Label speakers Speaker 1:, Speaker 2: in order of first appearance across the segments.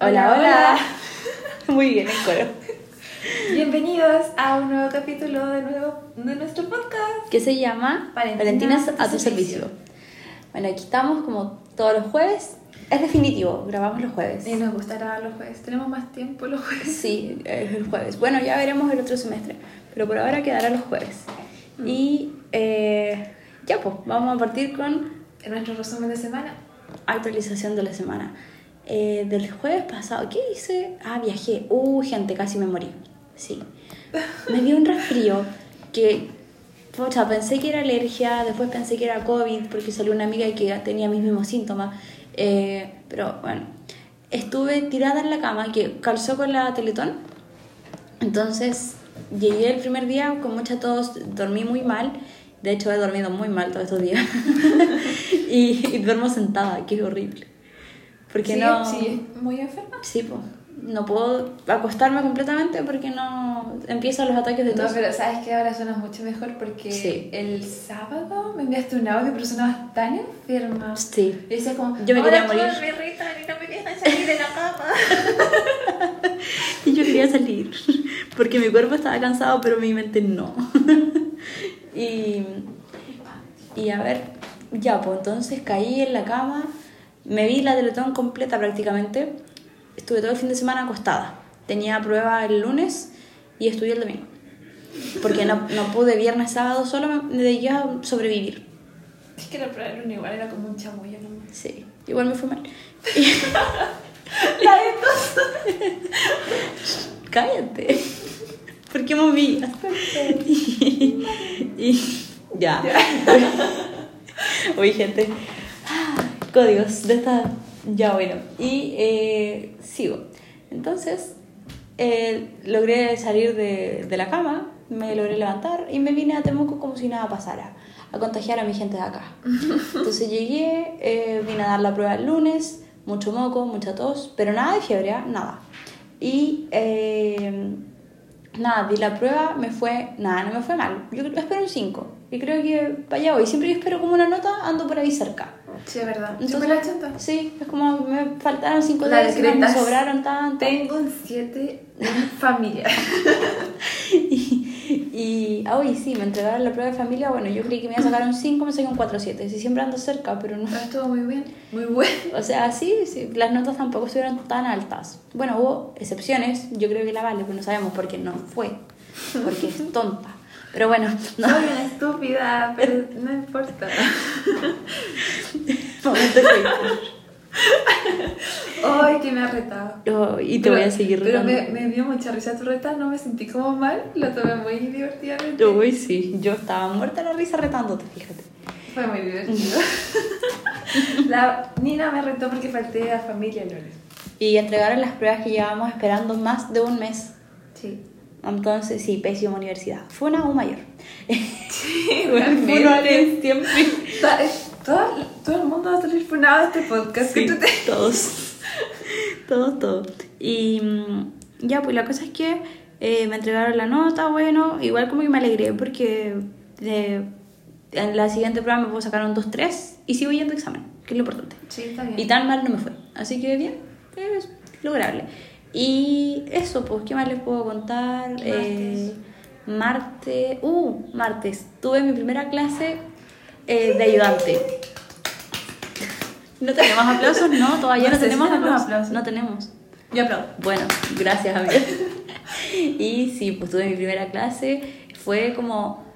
Speaker 1: Hola, hola. Muy bien, en coro.
Speaker 2: Bienvenidos a un nuevo capítulo de, nuevo, de nuestro podcast.
Speaker 1: ¿Qué se llama?
Speaker 2: Valentinas
Speaker 1: Valentinas a tu servicio. Bueno, aquí estamos como todos los jueves. Es definitivo, grabamos los jueves.
Speaker 2: Y nos gustará los jueves. Tenemos más tiempo los jueves.
Speaker 1: Sí, es el jueves. Bueno, ya veremos el otro semestre, pero por ahora quedará los jueves. Y eh, ya pues, vamos a partir con
Speaker 2: En nuestro resumen de semana.
Speaker 1: actualización de la semana. Eh, del jueves pasado, ¿qué hice? Ah, viajé. Uh, gente, casi me morí. Sí. Me dio un resfrío que, pucha, pensé que era alergia, después pensé que era COVID porque salió una amiga que tenía mis mismos síntomas. Eh, pero bueno, estuve tirada en la cama que calzó con la teletón. Entonces llegué el primer día con mucha tos, dormí muy mal. De hecho, he dormido muy mal todos estos días. y, y duermo sentada, que es horrible. Porque
Speaker 2: Sí,
Speaker 1: no.
Speaker 2: Sí, muy enferma.
Speaker 1: Sí, po. No puedo acostarme completamente porque no. Empiezan los ataques de
Speaker 2: No,
Speaker 1: tos.
Speaker 2: pero sabes que ahora suenas mucho mejor porque
Speaker 1: Sí.
Speaker 2: el sábado me enviaste un audio, pero sonabas tan enferma.
Speaker 1: Sí.
Speaker 2: Y decías como,
Speaker 1: Yo me
Speaker 2: "Hola,
Speaker 1: quería morir".
Speaker 2: todos me irritan y no me dejan salir de la cama.
Speaker 1: Y yo quería salir porque mi cuerpo estaba cansado, pero mi mente no. y, y a ver, ya, pues entonces caí en la cama, me vi la teletón completa prácticamente. Estuve todo el fin de semana acostada. Tenía prueba el lunes y estudié el domingo. Porque no, no pude viernes, sábado, solo me me dediqué a sobrevivir.
Speaker 2: es que la prueba era igual, era como un chamullo nomás.
Speaker 1: Sí, igual me fue mal.
Speaker 2: La de tos.
Speaker 1: Cállate. ¿Por qué movías? Y, y- ya. Uy, gente. Códigos de esta. Ya bueno. Y eh, sigo. Entonces, eh, logré salir de, de la cama, me logré levantar y me vine a Temuco como si nada pasara, a contagiar a mi gente de acá. Entonces llegué, eh, vine a dar la prueba el lunes, mucho moco, mucha tos, pero nada de fiebre, ¿ah? nada. Y eh, nada, di la prueba, me fue, nada, no me fue mal. Yo creo- espero un 5 y creo que para allá voy. Siempre yo espero como una nota, ando por ahí cerca.
Speaker 2: Sí, es verdad.
Speaker 1: Entonces-
Speaker 2: Chocolate chanta.
Speaker 1: Sí, es como me faltaron 5
Speaker 2: La
Speaker 1: días, no me
Speaker 2: decretas.
Speaker 1: sobraron tanto.
Speaker 2: Tengo un 7 en familia.
Speaker 1: Y, ah, uy, sí, me entregaron la prueba de familia. Bueno, yo creí que me iba a sacar un 5, me saqué un 4-7. Sí, siempre ando cerca, pero no.
Speaker 2: Pero Ah, estuvo muy bien. Muy bueno.
Speaker 1: O sea, sí, sí, las notas tampoco estuvieron tan altas. Bueno, hubo excepciones. Yo creo que la vale, pero no sabemos por qué no fue. Porque es tonta. Pero bueno, no.
Speaker 2: Soy una estúpida, pero no importa.
Speaker 1: Momento hater.
Speaker 2: Ay, que me ha retado.
Speaker 1: Oh, y te voy a seguir
Speaker 2: Pero
Speaker 1: retando.
Speaker 2: me, me dio mucha risa tu reta, no me sentí como mal, lo tomé muy divertidamente.
Speaker 1: Uy, sí, yo estaba muerta de la risa retándote, fíjate.
Speaker 2: Fue muy divertido. La Nina me retó porque falté a familia el lunes.
Speaker 1: Y entregaron las pruebas que llevábamos esperando más de un mes.
Speaker 2: Sí.
Speaker 1: Entonces, sí, pésima universidad. Fue una U mayor.
Speaker 2: Sí,
Speaker 1: Uno es siempre.
Speaker 2: Todo, eh, todo el mundo va a salir funado de este podcast.
Speaker 1: Sí,
Speaker 2: que tú te-
Speaker 1: todos. todos, todos. Y mm, ya, pues la cosa es que eh, me entregaron la nota, bueno, igual como que me alegré porque eh, en la siguiente prueba me puedo sacar un 2-3 y sigo yendo a examen, que es lo importante.
Speaker 2: Sí, está bien.
Speaker 1: Y tan mal no me fue. Así que bien, es lograble. Y eso, pues, ¿qué más les puedo contar?
Speaker 2: Martes.
Speaker 1: Eh, martes. Uh, martes. Tuve mi primera clase eh, de ayudante. ¿No tenemos aplausos? No, todavía
Speaker 2: No
Speaker 1: no,
Speaker 2: sé si
Speaker 1: tenemos,
Speaker 2: tenemos
Speaker 1: aplausos.
Speaker 2: aplausos.
Speaker 1: No tenemos.
Speaker 2: Yo aplaudo.
Speaker 1: Bueno, gracias amiga. y sí, pues tuve mi primera clase. Fue como...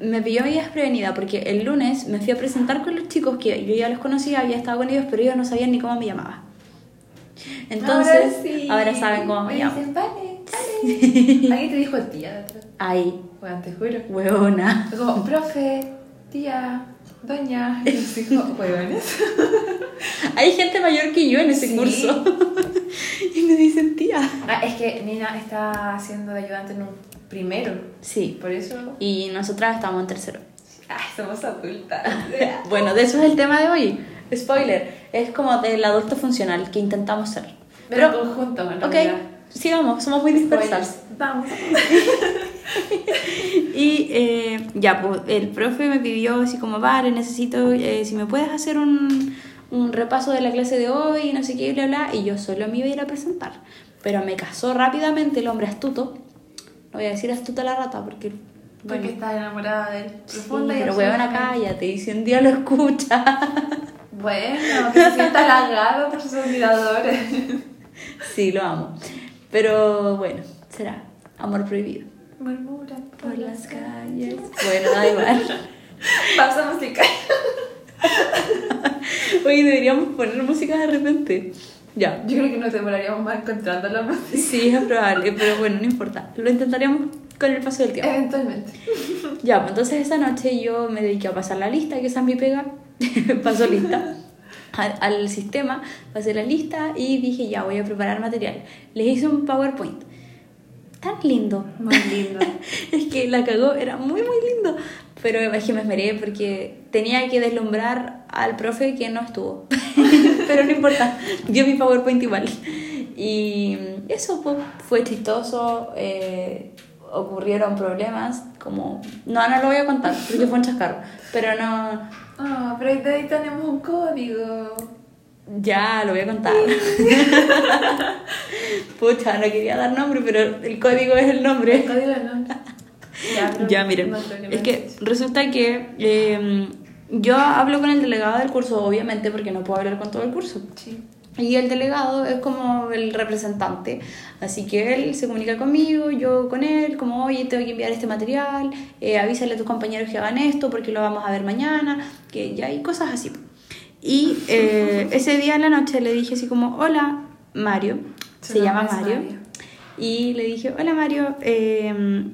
Speaker 1: Me pilló mi desprevenida porque el lunes me fui a presentar con los chicos que yo ya los conocía, había estado con ellos, pero ellos no sabían ni cómo me llamaba. Entonces, ahora,
Speaker 2: sí.
Speaker 1: saben cómo me llamo.
Speaker 2: dicen, vale, vale. Alguien te dijo tía de atrás.
Speaker 1: Ay,
Speaker 2: Bueno, te juro.
Speaker 1: huevona.
Speaker 2: Fue como, profe, tía, doña. Y nos dijo, huevones.
Speaker 1: Hay gente mayor que yo en ese
Speaker 2: Sí.
Speaker 1: curso. y me dicen tía.
Speaker 2: Ah, es que Nina está haciendo de ayudante en un primero.
Speaker 1: Sí.
Speaker 2: Por eso.
Speaker 1: Y nosotras estamos en tercero.
Speaker 2: Ay, somos adultas.
Speaker 1: Bueno, de eso es el tema de hoy. Spoiler,
Speaker 2: Ah.
Speaker 1: es como del adulto funcional que intentamos ser.
Speaker 2: Pero en conjunto, en
Speaker 1: Ok,
Speaker 2: realidad.
Speaker 1: sigamos, somos muy dispersas.
Speaker 2: Spoilers. Vamos.
Speaker 1: Y eh, ya, pues el profe me pidió así como, vale, necesito, eh, si me puedes hacer un, un repaso de la clase de hoy y no sé qué, bla, bla, y yo solo me iba a ir a presentar. Pero me casó rápidamente el hombre astuto. No voy a decir astuta la rata porque.
Speaker 2: Porque
Speaker 1: Bueno,
Speaker 2: estás enamorada de él.
Speaker 1: sí,
Speaker 2: Profunda y
Speaker 1: pero weón,
Speaker 2: absolutamente.
Speaker 1: cállate. Y si un día lo escucha.
Speaker 2: Bueno, te siento halagado por sus admiradores.
Speaker 1: sí, lo amo. Pero bueno, será amor prohibido.
Speaker 2: Murmura
Speaker 1: Por las calles. Bueno, da igual.
Speaker 2: Pausa musical.
Speaker 1: Oye, deberíamos poner música de repente. Ya.
Speaker 2: Yo creo que nos demoraríamos más encontrando la música.
Speaker 1: Sí, es probable, pero bueno, no importa. Lo intentaríamos con el paso del tiempo.
Speaker 2: Eventualmente.
Speaker 1: Ya, pues entonces esa noche yo me dediqué a pasar la lista, que esa es mi pega. Paso lista a- al sistema, pasé la lista y dije, ya, voy a preparar material. Les hice un PowerPoint. Tan lindo.
Speaker 2: Muy lindo.
Speaker 1: es que la cagó, era muy, muy lindo. Pero es que me esmeré porque tenía que deslumbrar al profe que no estuvo. Pero no importa, dio mi PowerPoint igual. Y eso pues, fue chistoso. eh, ocurrieron problemas como... No, no lo voy a contar porque fue un chascarro. Pero no...
Speaker 2: Ah, pero ahí- de ahí tenemos un código.
Speaker 1: Ya, lo voy a contar. Pucha, no quería dar nombre, pero el código es el nombre.
Speaker 2: El código no. pero
Speaker 1: Ya, miren.
Speaker 2: no creo
Speaker 1: es
Speaker 2: me-
Speaker 1: que resulta que eh, yo hablo con el delegado del curso, obviamente, porque no puedo hablar con todo el curso.
Speaker 2: Sí.
Speaker 1: Y el delegado es como el representante. Así que él se comunica conmigo, yo con él, como, oye, tengo que enviar este material, eh, avísale a tus compañeros que hagan esto porque lo vamos a ver mañana, que ya hay cosas así. Y eh, ese día en la noche le dije así como, hola, Mario.
Speaker 2: Su
Speaker 1: Se llama
Speaker 2: nombre es
Speaker 1: Mario.
Speaker 2: Mario.
Speaker 1: Y le dije, hola Mario, eh,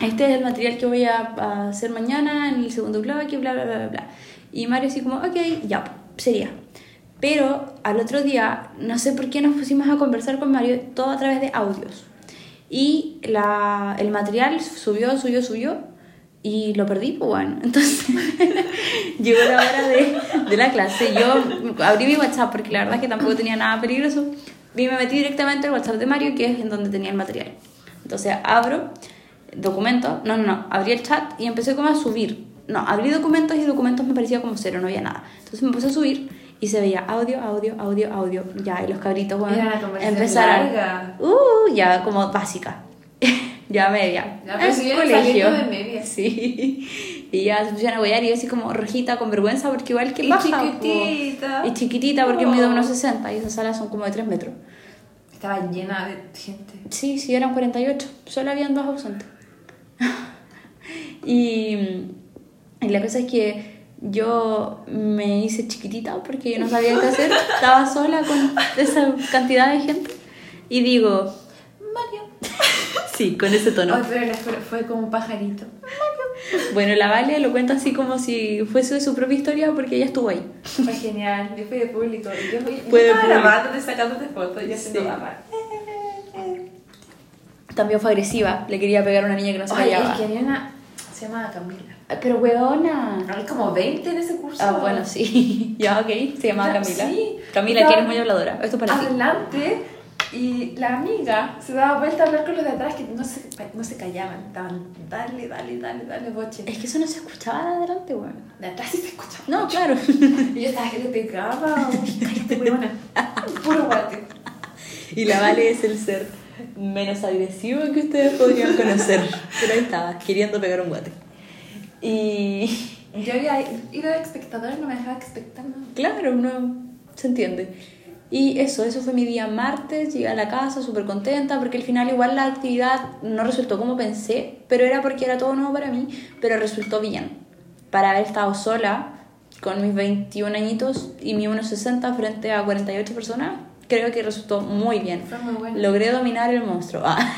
Speaker 1: este es el material que voy a, a hacer mañana en el segundo bloque, bla, bla, bla, bla, bla. Y Mario así como, ok, ya, sería. Pero al otro día, no sé por qué nos pusimos a conversar con Mario, todo a través de audios. Y la, el material subió, subió, subió. Y lo perdí, pues bueno. Entonces llegó la hora de, de la clase. Yo abrí mi WhatsApp porque la verdad es que tampoco tenía nada peligroso. Y me metí directamente al WhatsApp de Mario, que es en donde tenía el material. Entonces abro documentos. No, no, no. Abrí el chat y empecé como a subir. No, abrí documentos y documentos me parecía como cero, no había nada. Entonces me puse a subir y se veía audio, audio, audio, audio. Ya, y los cabritos, bueno,
Speaker 2: Era una conversación larga.
Speaker 1: Uh, ya como básica. ya media.
Speaker 2: Ya, pero
Speaker 1: Es
Speaker 2: si bien saliste de media.
Speaker 1: Sí. Y ya se pusieron a huear y yo así como rojita con vergüenza porque igual que
Speaker 2: Y
Speaker 1: baja. po.
Speaker 2: chiquitita.
Speaker 1: Y chiquitita porque mido
Speaker 2: Oh.
Speaker 1: unos 60 y esas salas son como de 3 metros.
Speaker 2: Estaba llena de gente.
Speaker 1: Sí, sí, eran 48. Solo habían dos ausentes. y, y la cosa es que yo me hice chiquitita porque yo no sabía qué hacer. Estaba sola con esa cantidad de gente. Y digo,
Speaker 2: Mario.
Speaker 1: sí, con ese tono.
Speaker 2: Ay, pero la- fue, fue como un pajarito.
Speaker 1: Bueno, la Vale lo cuenta así como si fuese su propia historia porque ella estuvo ahí.
Speaker 2: Fue genial. Yo fui de público. Yo, fui, yo
Speaker 1: Fue de
Speaker 2: estaba
Speaker 1: público.
Speaker 2: grabándote, sacándote fotos y haciendo
Speaker 1: Sí.
Speaker 2: barra.
Speaker 1: También fue agresiva, le quería pegar a una niña que no se
Speaker 2: Oye,
Speaker 1: callaba.
Speaker 2: es que había una... Se llama Camila.
Speaker 1: Ay, Pero weona.
Speaker 2: Hay como 20 en ese curso.
Speaker 1: Ah, bueno, sí. ya, Ah, ok. Se llamaba
Speaker 2: Ya,
Speaker 1: Camila.
Speaker 2: sí.
Speaker 1: Camila,
Speaker 2: Ya.
Speaker 1: que eres muy habladora. Esto es para ti.
Speaker 2: adelante y la amiga se daba vuelta a hablar con los de atrás que no se, no se callaban, estaban dale, dale, dale, dale, boche.
Speaker 1: Es que eso no se escuchaba de adelante, weón.
Speaker 2: De atrás sí se escuchaba.
Speaker 1: No, claro.
Speaker 2: Y yo estaba que le pegaba, oye, cállate, huevona. Puro guate.
Speaker 1: y la Vale es el ser menos agresivo que ustedes podrían conocer. Pero ahí estaba, queriendo pegar un guate. Y.
Speaker 2: Yo había ido de espectadora y no me dejaba expectar nada.
Speaker 1: Claro, no se entiende. Y eso, eso fue mi día martes, llegué a la casa súper contenta, porque al final igual la actividad no resultó como pensé, pero era porque era todo nuevo para mí, pero resultó bien. Para haber estado sola, con mis 21 añitos y mi 1,60 frente a 48 personas, creo que resultó muy bien.
Speaker 2: Fue muy bueno.
Speaker 1: Logré dominar el monstruo. Ah,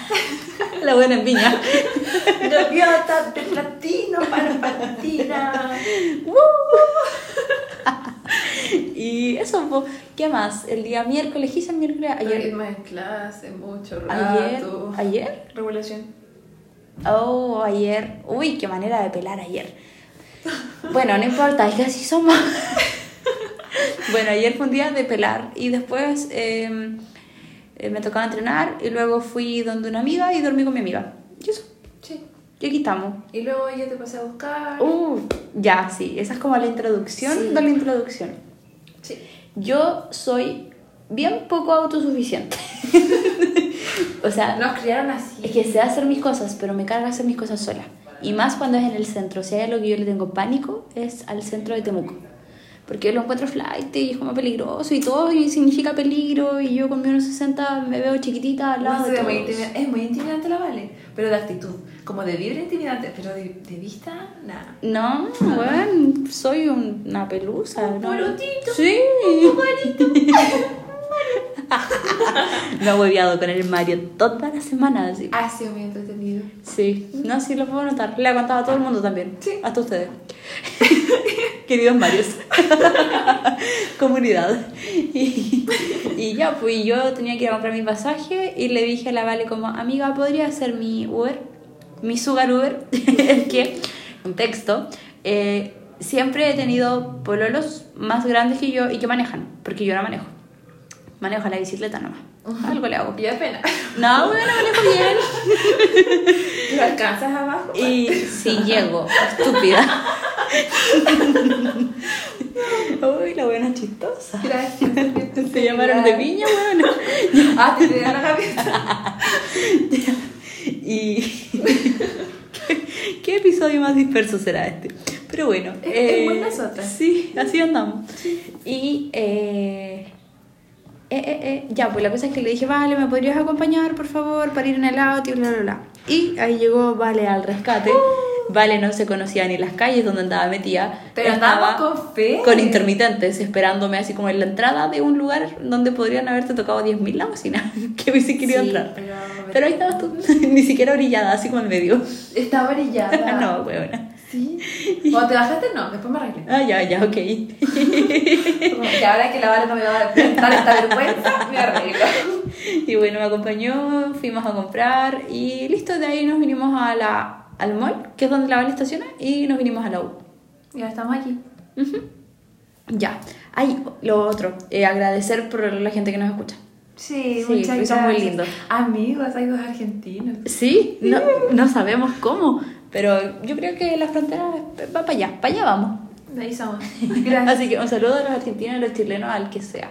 Speaker 1: la buena en viña.
Speaker 2: Gaviota de platino para patina.
Speaker 1: y eso, po. ¿qué más? El día miércoles, quizás el miércoles, ayer.
Speaker 2: Ritmo en clase, mucho
Speaker 1: Ayer,
Speaker 2: rato.
Speaker 1: ayer,
Speaker 2: Revolución.
Speaker 1: oh, ayer, uy, qué manera de pelar ayer. Bueno, no importa, es que así somos. bueno, ayer fue un día de pelar y después eh, eh, me tocaba entrenar y luego fui donde una amiga y dormí con mi amiga. Y eso,
Speaker 2: Sí.
Speaker 1: y aquí estamos.
Speaker 2: Y luego yo te pasé a buscar.
Speaker 1: Uh, ya, sí, esa es como la introducción
Speaker 2: Sí.
Speaker 1: de la introducción.
Speaker 2: Sí.
Speaker 1: Yo soy bien poco autosuficiente. o sea,
Speaker 2: Nos criaron así.
Speaker 1: es que sé hacer mis cosas, pero me carga hacer mis cosas sola. Y más cuando es en el centro. Si hay algo que yo le tengo pánico, es al centro de Temuco. Porque yo lo encuentro flight y es como peligroso y todo y significa peligro. Y yo con mi 1,60 me veo chiquitita al
Speaker 2: No
Speaker 1: lado
Speaker 2: sé,
Speaker 1: de
Speaker 2: muy
Speaker 1: todos.
Speaker 2: intimida- es muy intimidante la Vale, pero de actitud, como de vibra intimidante, pero de, de vista, nada.
Speaker 1: No, weón, soy una pelusa.
Speaker 2: Un
Speaker 1: ¿no?
Speaker 2: bolotito,
Speaker 1: Sí. Lo he hueveado con el Mario toda la semana. Así.
Speaker 2: Ha sido muy entretenido.
Speaker 1: Sí, no, sí, lo puedo notar. Le ha contado a todo el mundo también.
Speaker 2: Sí.
Speaker 1: Hasta ustedes. Queridos Marios. Comunidad. Y, y ya, pues y yo tenía que ir a comprar mi pasaje y le dije a la Vale como, amiga, ¿podría hacer mi Uber? Mi sugar Uber. es que, un texto, eh, siempre he tenido pololos más grandes que yo y que manejan, porque yo no manejo. Manejo la bicicleta nomás. Algo le hago.
Speaker 2: Y da pena.
Speaker 1: No, bueno, manejo bien.
Speaker 2: ¿Lo alcanzas abajo?
Speaker 1: Y si llego, estúpida. Uy, la buena chistosa.
Speaker 2: Gracias.
Speaker 1: Te llamaron de piña, bueno.
Speaker 2: Ah, te dieron la cabeza.
Speaker 1: Y. ¿Qué, qué episodio más disperso será este? Pero bueno. eh,
Speaker 2: Es- es muy nosotras.
Speaker 1: Sí, así andamos. Y. eh, eh, eh, eh, Ya, pues la cosa es que le dije, vale, ¿me podrías acompañar, por favor, para ir en el auto? Y bla, bla, bla. Y ahí llegó Vale al rescate.
Speaker 2: Oh.
Speaker 1: Vale no se conocía ni las calles donde andaba metida.
Speaker 2: Pero
Speaker 1: Estaba
Speaker 2: andamos con fe.
Speaker 1: Con intermitentes, esperándome así como en la entrada de un lugar donde podrían haberte tocado 10.000 la bocina. Que hubiese querido
Speaker 2: Sí,
Speaker 1: entrar.
Speaker 2: pero-
Speaker 1: Pero ahí estabas tú, ni siquiera orillada, así como en medio.
Speaker 2: Está brillada.
Speaker 1: no, huevona.
Speaker 2: Sí. Cuando te bajaste, no, después me arreglé.
Speaker 1: Ah, ya, ya, ok.
Speaker 2: Como que ahora que la Vale no me va a dar esta vergüenza, me arreglo.
Speaker 1: Y bueno, me acompañó, fuimos a comprar y listo, de ahí nos vinimos a la, al mall, que es donde la Vale estaciona, y nos vinimos a la U.
Speaker 2: Y ahora estamos aquí.
Speaker 1: Ujú. Ya. Ay, lo otro, eh, agradecer por la gente que nos escucha.
Speaker 2: Sí,
Speaker 1: Sí,
Speaker 2: muchas
Speaker 1: eso es muy
Speaker 2: gracias.
Speaker 1: lindo.
Speaker 2: Amigos, amigos argentinos.
Speaker 1: Sí, no, no sabemos cómo, pero yo creo que la frontera va para allá, para allá vamos.
Speaker 2: De ahí somos. Gracias.
Speaker 1: Así que un saludo a los argentinos, a los chilenos, al que sea.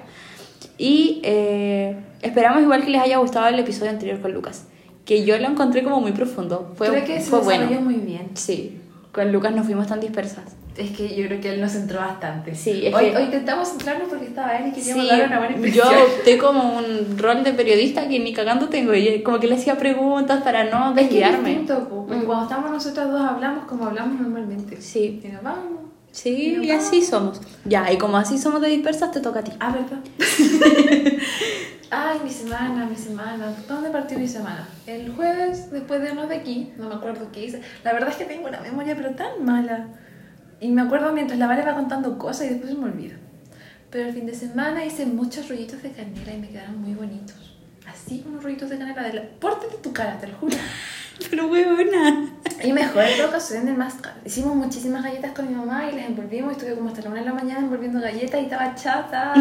Speaker 1: Y eh, esperamos igual que les haya gustado el episodio anterior con Lucas, que yo lo encontré como muy profundo. Fue,
Speaker 2: creo que se
Speaker 1: fue bueno.
Speaker 2: desarrolló muy bien.
Speaker 1: Sí, con Lucas no fuimos tan dispersas.
Speaker 2: Es que yo creo que él nos entró bastante.
Speaker 1: Sí, es
Speaker 2: hoy,
Speaker 1: que-
Speaker 2: hoy intentamos centrarnos porque estaba él y queríamos
Speaker 1: Sí,
Speaker 2: dar una buena
Speaker 1: yo
Speaker 2: impresión.
Speaker 1: opté como un rol de periodista que ni cagando tengo, y como que le hacía preguntas para no
Speaker 2: Es que es
Speaker 1: desviarme.
Speaker 2: distinto, po, porque
Speaker 1: Mm.
Speaker 2: cuando estamos nosotras dos hablamos como hablamos normalmente.
Speaker 1: Sí.
Speaker 2: Y nos vamos.
Speaker 1: Sí, y así somos. Ya, y como así somos de dispersas, te toca a ti.
Speaker 2: Ah, ¿verdad? Ay, mi semana, mi semana. ¿Dónde partió mi semana? El jueves, después de irnos de aquí, no me acuerdo qué hice. La verdad es que tengo una memoria, pero tan mala. Y me acuerdo mientras la Vale va contando cosas y después se me olvida. Pero el fin de semana hice muchos rollitos de canela y me quedaron muy bonitos. Así, unos rollitos de canela de la porte de tu cara, te lo juro.
Speaker 1: Pero huevona.
Speaker 2: Y mejor en toda ocasión del máscara. Hicimos muchísimas galletas con mi mamá y las envolvimos. Estuve como hasta la una de la mañana envolviendo galletas y estaba chata.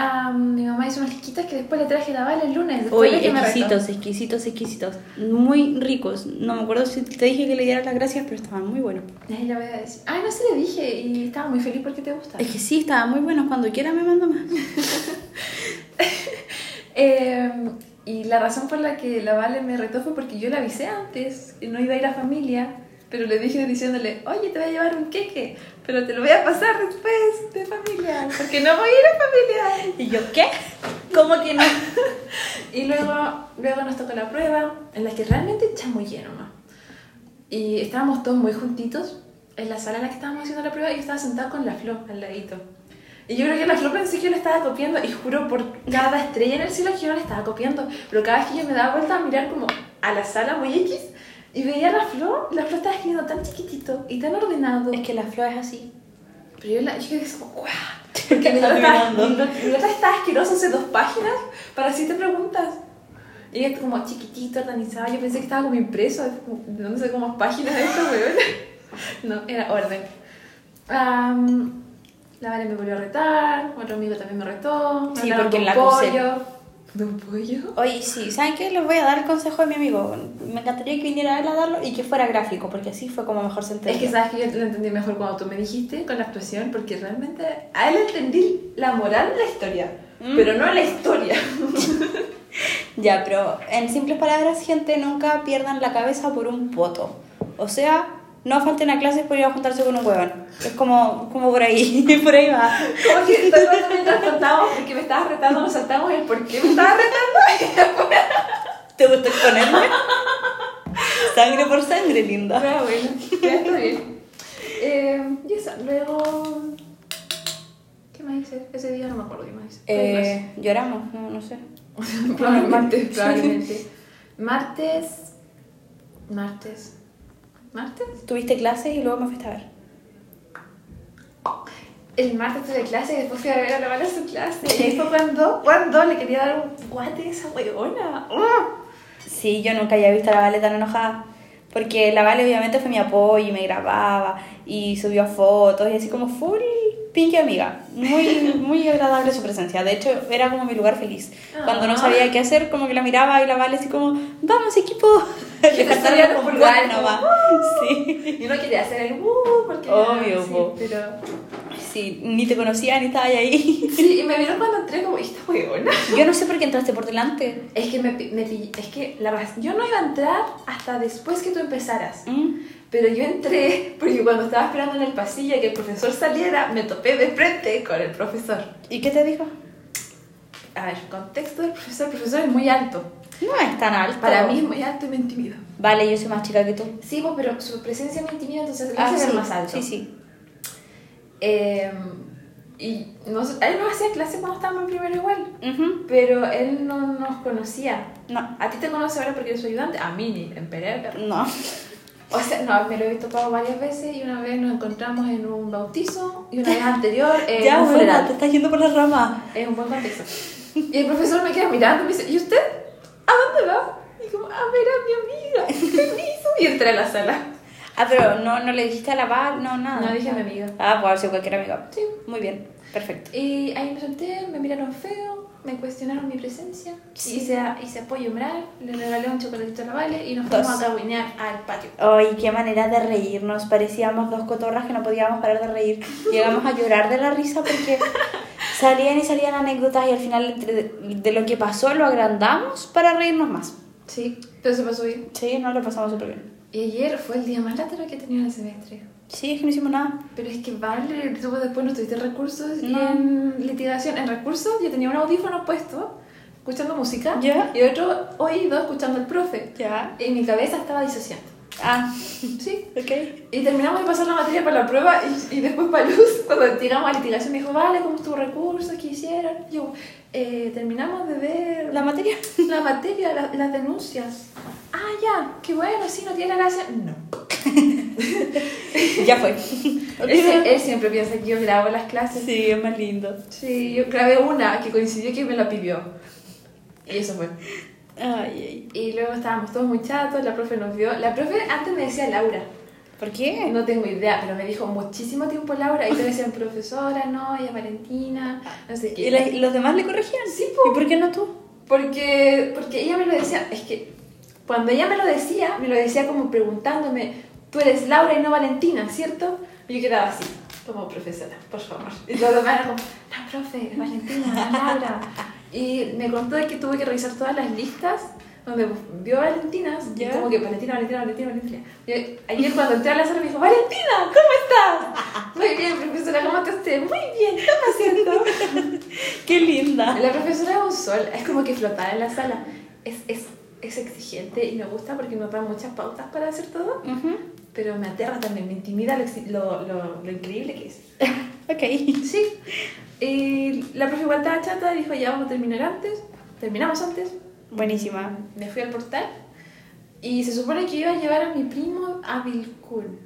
Speaker 2: Ah, mi mamá hizo unas liquitas que después le traje la bala el lunes. Después
Speaker 1: Hoy,
Speaker 2: de que me retó.
Speaker 1: exquisitos, exquisitos, exquisitos. Muy ricos. No me acuerdo si te dije que le dieras las gracias, pero estaban muy buenos.
Speaker 2: Ay, la voy a decir. Ay, no se le dije y estaba muy feliz porque te gusta.
Speaker 1: Es que sí, estaban muy buenos. Cuando quiera me mando más.
Speaker 2: Eh, y la razón por la que la Vale me retó fue porque yo la avisé antes y no iba a ir a familia, pero le dije diciéndole, oye, te voy a llevar un queque, pero te lo voy a pasar después de familia, porque no voy a ir a familia.
Speaker 1: ¿Y yo qué? ¿Cómo que no?
Speaker 2: Y luego, luego nos tocó la prueba, en la que realmente chamulleron más. Y estábamos todos muy juntitos en la sala en la que estábamos haciendo la prueba y yo estaba sentada con la Flo al ladito. Y yo creo que la Flo pensé que yo la estaba copiando y juro por cada estrella en el cielo que yo no la estaba copiando. Pero cada vez que yo me daba vuelta a mirar como a la sala muy X y veía a la Flo, la Flo estaba escribiendo tan chiquitito y tan ordenado.
Speaker 1: Es que la flor es así.
Speaker 2: Pero yo, la, yo quedé como, ¡guau! Porque mi
Speaker 1: Estás
Speaker 2: nota,
Speaker 1: mirando.
Speaker 2: mi nota- mi nota está asquerosa hace dos páginas para siete preguntas. Y ella como chiquitito, organizada. Yo pensé que estaba como impreso. es como, ¿De dónde sacó más páginas de esto, weón? No, era orden. Am, la Vale me volvió a retar. Otro amigo también me retó. me
Speaker 1: Sí,
Speaker 2: hablaron
Speaker 1: porque
Speaker 2: con
Speaker 1: la acusé.
Speaker 2: pollo. ¿De un pollo?
Speaker 1: Oye, sí, ¿saben qué? Les voy a dar el consejo de mi amigo. Me encantaría que viniera él a darlo y que fuera gráfico, porque así fue como mejor se
Speaker 2: Es
Speaker 1: entendió.
Speaker 2: que sabes que yo lo entendí mejor cuando tú me dijiste con la actuación, porque realmente a él entendí la moral de la historia,
Speaker 1: Mm.
Speaker 2: pero no la historia.
Speaker 1: Ya, pero en simples palabras, gente, nunca pierdan la cabeza por un poto. O sea, no falten a clases por ir a juntarse con un huevón. Es como, como por ahí, por ahí va.
Speaker 2: Como que todo el rato mientras contábamos, porque me estabas retando, nos saltamos el por qué me estabas retando.
Speaker 1: ¿Te gusta exponerme? sangre por sangre, linda.
Speaker 2: Pero bueno, ya está bien. Eh, y eso, luego... ¿Qué más hice? Ese día no me acuerdo qué más hice. Fue clase.
Speaker 1: Eh, lloramos, no, no sé.
Speaker 2: Probablemente,
Speaker 1: Sí.
Speaker 2: probablemente. Martes. Martes. ¿Martes?
Speaker 1: Tuviste clases y luego me fuiste a ver.
Speaker 2: El martes tuve clase y después fui a ver a la Vale a su clase. Y ahí fue cuando, cuando le quería dar un guate a esa huevona. ¡Ah!
Speaker 1: Sí, yo nunca había visto a la Vale tan enojada. Porque la Vale obviamente fue mi apoyo y me grababa y subía fotos y así como full pinky amiga. Muy, muy agradable su presencia. De hecho, era como mi lugar feliz. Cuando no
Speaker 2: Ah.
Speaker 1: sabía qué hacer, como que la miraba y la Vale así como, vamos equipo.
Speaker 2: te
Speaker 1: Le faltaron
Speaker 2: salían
Speaker 1: los
Speaker 2: los
Speaker 1: pulgares
Speaker 2: pulgares,
Speaker 1: nomás. Sí.
Speaker 2: Y uno quería hacer el uh, porque.
Speaker 1: Obvio,
Speaker 2: sí,
Speaker 1: po.
Speaker 2: pero.
Speaker 1: Sí, ni te conocía ni estaba ahí.
Speaker 2: Sí, y me vieron cuando entré como, esta huevona.
Speaker 1: Yo no sé por qué entraste por delante.
Speaker 2: Es que me, pi- me pi- Es que la verdad, yo no iba a entrar hasta después que tú empezaras.
Speaker 1: ¿Mm?
Speaker 2: Pero yo entré porque cuando estaba esperando en el pasillo que el profesor saliera, me topé de frente con el profesor.
Speaker 1: ¿Y qué te dijo?
Speaker 2: A ver, contexto del profesor. El profesor es muy alto.
Speaker 1: No es tan alto.
Speaker 2: Para mí es muy alto y me intimida.
Speaker 1: Vale, yo soy más chica que tú. Ah,
Speaker 2: Sí, pues, pero su presencia me intimida, entonces lo hace
Speaker 1: sí,
Speaker 2: ver más alto.
Speaker 1: Sí, sí.
Speaker 2: Eh, y no, sé- él no hacía clase cuando estábamos en primero igual.
Speaker 1: Ujú.
Speaker 2: Pero él no nos conocía.
Speaker 1: No,
Speaker 2: A ti te conoce ahora porque eres su ayudante. A mí ni, en Pereira.
Speaker 1: no.
Speaker 2: O sea, no, me lo he topado varias veces y una vez nos encontramos en un bautizo y una vez anterior en
Speaker 1: ya,
Speaker 2: un
Speaker 1: bueno,
Speaker 2: funeral.
Speaker 1: te estás yendo por las ramas.
Speaker 2: Es un buen contexto. Y el profesor me queda mirando y me dice, ¿y usted? ¿A dónde va? Y como, a ver a mi amiga, permiso. Y entré a la sala.
Speaker 1: Ah, pero no, no le dijiste a la Val, no, nada.
Speaker 2: No dije a mi amiga.
Speaker 1: Ah, pues sí, cualquier amigo.
Speaker 2: Sí.
Speaker 1: Muy bien, perfecto.
Speaker 2: Y ahí me senté, me miraron feo, me cuestionaron mi presencia. Hice, hice apoyo moral, le regalé un chocolatito a la Vale y nos fuimos
Speaker 1: Dos.
Speaker 2: a cagüinear al patio.
Speaker 1: Ay, qué manera de reírnos. Parecíamos dos cotorras que no podíamos parar de reír. Llegamos a llorar de la risa porque salían y salían anécdotas y al final entre- de lo que pasó lo agrandamos para reírnos más.
Speaker 2: Sí, pero se pasó bien.
Speaker 1: Sí, no lo pasamos súper bien.
Speaker 2: Y ayer fue el día más lateral que he tenido en el semestre.
Speaker 1: Sí, es que no hicimos nada.
Speaker 2: Pero es que vale, tú después no tuviste recursos y
Speaker 1: No.
Speaker 2: en litigación, en recursos yo tenía un audífono puesto escuchando música
Speaker 1: Ya.
Speaker 2: y otro oído escuchando al profe.
Speaker 1: Ya.
Speaker 2: Y mi cabeza estaba disociando.
Speaker 1: Ah,
Speaker 2: Sí.
Speaker 1: ok.
Speaker 2: Y terminamos de pasar la materia para la prueba y, y después para luz, cuando llegamos a litigación, me dijo, vale, ¿cómo estuvo recursos? ¿Qué hicieron? Y yo, "Eh, terminamos de ver
Speaker 1: La
Speaker 2: la,
Speaker 1: materia.
Speaker 2: materia, la- las denuncias. Ah, ya, qué bueno, sí, no tiene gracia. No.
Speaker 1: Ya fue.
Speaker 2: Él, él siempre piensa que yo grabo las clases.
Speaker 1: Sí, es más lindo.
Speaker 2: Sí, yo grabé una que coincidió que me la pidió. Y eso fue.
Speaker 1: Ay, ay.
Speaker 2: Y luego estábamos todos muy chatos, la profe nos vio. La profe antes me decía Laura.
Speaker 1: ¿Por qué?
Speaker 2: No tengo idea, pero me dijo muchísimo tiempo Laura. Y te decían profesora, ah, no, ella Valentina, no sé qué.
Speaker 1: ¿Y la- los demás le corregían?
Speaker 2: Sí, po.
Speaker 1: ¿Y por qué no tú?
Speaker 2: Porque, porque ella me lo decía, es que cuando ella me lo decía, me lo decía como preguntándome, tú eres Laura y no Valentina, ¿cierto? Y yo quedaba así, como profesora, por favor. Y los demás eran como, no, profe, es Valentina, no Laura. Y me contó de que tuve que revisar todas las listas donde vio Valentinas, y
Speaker 1: Ya.
Speaker 2: como que Valentina, Valentina, Valentina, Valentina. Y ayer cuando entré a la sala me dijo, Valentina, ¿cómo estás? Muy bien, profesora, ¿cómo estás? usted? Muy bien, ¿qué está haciendo?
Speaker 1: ¡Qué linda!
Speaker 2: La profesora es un sol, es como que flotaba en la sala. Es, es, es exigente y me gusta porque nos da muchas pautas para hacer todo, pero me aterra también, me intimida lo, exi- lo, lo- lo increíble que es.
Speaker 1: Ok.
Speaker 2: Sí. Y la profe igual estaba chata, dijo ya vamos a terminar antes, terminamos antes,
Speaker 1: Buenísima.
Speaker 2: me fui al portal y se supone que iba a llevar a mi primo a Vilcún.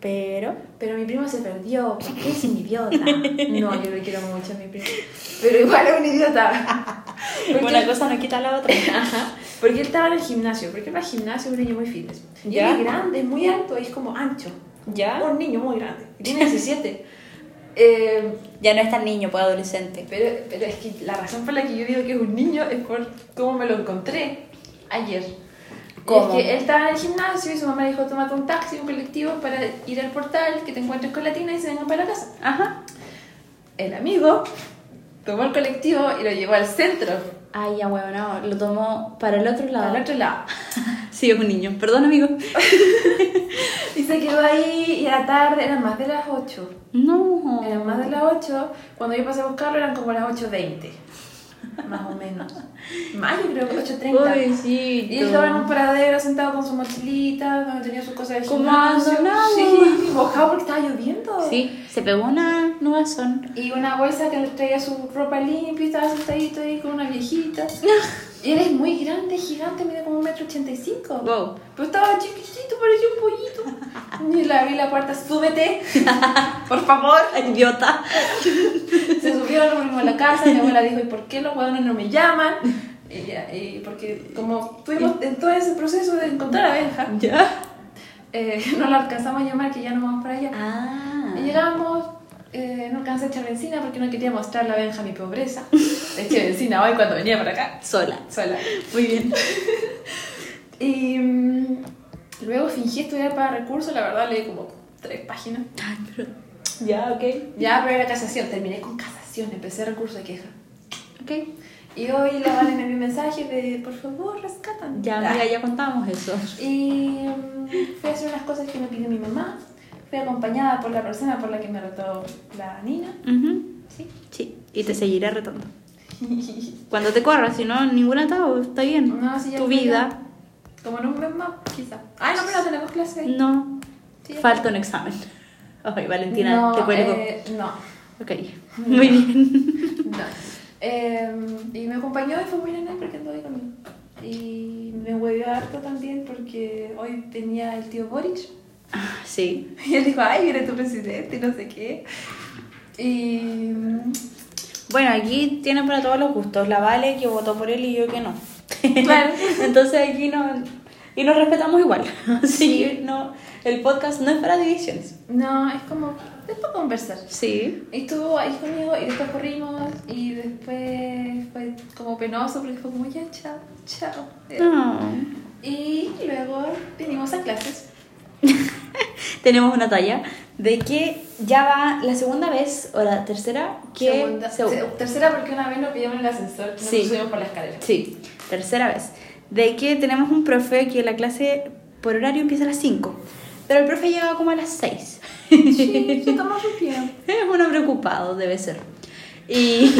Speaker 1: Pero.
Speaker 2: Pero mi primo se perdió, porque es un idiota. No, yo lo quiero mucho a mi primo. Pero igual es un idiota. Porque-
Speaker 1: Una cosa no quita la otra.
Speaker 2: Ajá. Porque él estaba en el gimnasio, porque él va al gimnasio un niño muy fitness. Y
Speaker 1: ¿Ya?
Speaker 2: él es grande, es muy alto, y es como ancho.
Speaker 1: ¿Ya?
Speaker 2: Un niño muy grande. y Tiene 17. Eh,
Speaker 1: Ya no es tan niño, pues adolescente.
Speaker 2: pero, pero es que la razón por la que yo digo que es un niño es por cómo me lo encontré ayer. Y
Speaker 1: ¿Cómo?
Speaker 2: Es que él estaba en el gimnasio y su mamá le dijo, tómate un taxi, un colectivo para ir al portal, que te encuentres con la tina y se vengan para la casa.
Speaker 1: Ajá.
Speaker 2: El amigo tomó el colectivo y lo llevó al centro,
Speaker 1: Ay, ya huevo, no, lo tomó para el otro lado.
Speaker 2: al otro lado.
Speaker 1: Sí, es un niño. Perdón, amigo.
Speaker 2: Y se quedó ahí y era tarde, eran más de las 8.
Speaker 1: No.
Speaker 2: Eran más de las 8. Cuando yo pasé a buscarlo eran como las 8.20. Más o menos. Más, yo creo que 8.30.
Speaker 1: Pobrecito.
Speaker 2: Y él estaba en un paradero sentado con su mochilita, donde tenía sus cosas de
Speaker 1: Como
Speaker 2: gimnasio.
Speaker 1: abandonado.
Speaker 2: Sí, mojado porque estaba lloviendo.
Speaker 1: Sí, se pegó una nubazón.
Speaker 2: Y una bolsa que le traía su ropa limpia y estaba sentadito ahí con una viejita. Y él es muy grande, gigante, mide como un metro ochenta y cinco.
Speaker 1: Wow.
Speaker 2: Pero estaba chiquitito, parecía un pollito. Y le abrí la puerta, súbete, por favor.
Speaker 1: Idiota.
Speaker 2: Se subieron, nos fuimos a la casa, mi abuela dijo, ¿y por qué los huevones no me llaman? Y, ya, y porque como estuvimos en todo ese proceso de encontrar abeja,
Speaker 1: ¿Ya?
Speaker 2: eh, no la alcanzamos a llamar, que ya no vamos para allá.
Speaker 1: Ah.
Speaker 2: Y Llegamos, eh, no alcancé a echar benzina porque no quería mostrarle a Benja mi pobreza. Le Eché benzina hoy cuando venía para acá,
Speaker 1: Sola.
Speaker 2: sola.
Speaker 1: Muy bien.
Speaker 2: Y mm, luego fingí estudiar para recursos, la verdad leí como tres páginas.
Speaker 1: Ay, pero...
Speaker 2: Ya, ok. Ya, pero era casación, terminé con casación, empecé recurso de queja.
Speaker 1: Ok.
Speaker 2: Y hoy la Vale me envió un mensaje de, por favor, rescatan. Ah.
Speaker 1: Ya, amiga, ya contábamos eso.
Speaker 2: Y mm, fui a hacer unas cosas que me pidió mi mamá. Fui acompañada por la persona por la que me retó la Nina.
Speaker 1: Ujú.
Speaker 2: Sí.
Speaker 1: Sí, y te seguiré retando. Cuando te corras, si no, ningún atado, está bien.
Speaker 2: No, sí, Ah, ya
Speaker 1: tu
Speaker 2: fue
Speaker 1: vida,
Speaker 2: ya. Como en un mes más, quizá. Ay, no, pero tenemos clase. ahí.
Speaker 1: no.
Speaker 2: Sí, ya
Speaker 1: Mm, Falta un examen. Ay, Valentina,
Speaker 2: no,
Speaker 1: te cuelgo.
Speaker 2: eh, no,
Speaker 1: Ok, muy bien.
Speaker 2: no. Eh, y me acompañó y fue muy nena porque andaba ahí conmigo. Y me huevió harto también porque hoy venía el tío Boric.
Speaker 1: Ah, Sí.
Speaker 2: Y él dijo, ay, viene tu presidente y no sé qué. Y... mm,
Speaker 1: Bueno, aquí tienen para todos los gustos. La Vale que votó por él y yo que no.
Speaker 2: Claro.
Speaker 1: Entonces aquí no... Y nos respetamos igual. Así que no... El podcast no es para divisiones.
Speaker 2: No, es como... Es para conversar.
Speaker 1: Sí.
Speaker 2: Y estuvo ahí conmigo y después corrimos y después fue como penoso porque fue como ya, chao, chao. Y luego vinimos a clases.
Speaker 1: Tenemos una talla de que ya va la segunda vez o la tercera que...
Speaker 2: Segunda-
Speaker 1: seg-
Speaker 2: se- tercera porque una vez nos pillamos en el ascensor, nos
Speaker 1: Sí.
Speaker 2: subimos por la escalera.
Speaker 1: Sí, tercera vez. De que tenemos un profe que la clase por horario empieza a las 5, pero el profe llega como a las 6.
Speaker 2: Sí, se tomó su tiempo.
Speaker 1: Es un hombre ocupado, debe ser. Y,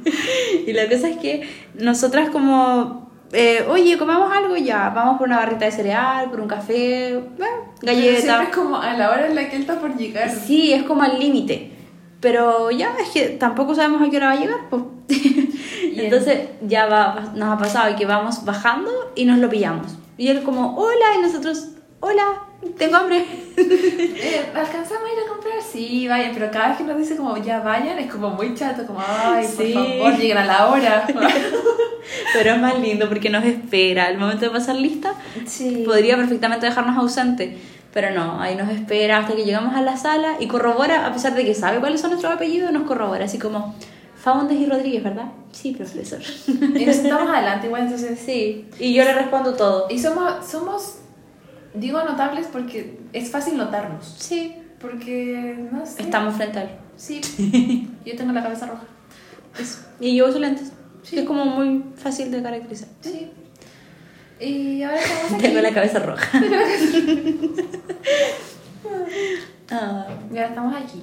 Speaker 1: y la cosa es que nosotras como, eh, oye, comamos algo ya, vamos por una barrita de cereal, por un café, bueno,
Speaker 2: Pero Siempre es
Speaker 1: galleta.
Speaker 2: como a la hora en la que él está por llegar.
Speaker 1: Sí, es como al límite. Pero ya, es que tampoco sabemos a qué hora va a llegar. Pues.
Speaker 2: él-
Speaker 1: Entonces ya va, nos ha pasado que vamos bajando y nos lo pillamos. Y él como, hola, y nosotros, hola, tengo hambre.
Speaker 2: Eh, ¿Alcanzamos a ir a comprar? Sí, vayan, pero cada vez que nos dice como ya vayan es como muy chato, como ay,
Speaker 1: Sí.
Speaker 2: por favor, lleguen a la hora.
Speaker 1: Pero es más lindo porque nos espera. Al momento de pasar lista,
Speaker 2: Sí.
Speaker 1: podría perfectamente dejarnos ausente. Pero no, ahí nos espera hasta que llegamos a la sala y corrobora, a pesar de que sabe cuáles son nuestros apellidos, nos corrobora. Así como, Faundes y Rodríguez, ¿verdad? Sí, profesor.
Speaker 2: Y nos sentamos adelante igual, entonces
Speaker 1: Sí, y yo le respondo todo.
Speaker 2: Y somos, somos, digo notables porque es fácil notarnos.
Speaker 1: Sí,
Speaker 2: Porque, no sé.
Speaker 1: estamos frente a él.
Speaker 2: Sí. Yo tengo la cabeza roja. Eso.
Speaker 1: Y llevo sus lentes.
Speaker 2: Sí.
Speaker 1: Es como muy fácil de caracterizar.
Speaker 2: Sí. Y ahora estamos aquí.
Speaker 1: Tengo la cabeza roja. Ah,
Speaker 2: Y ahora estamos aquí.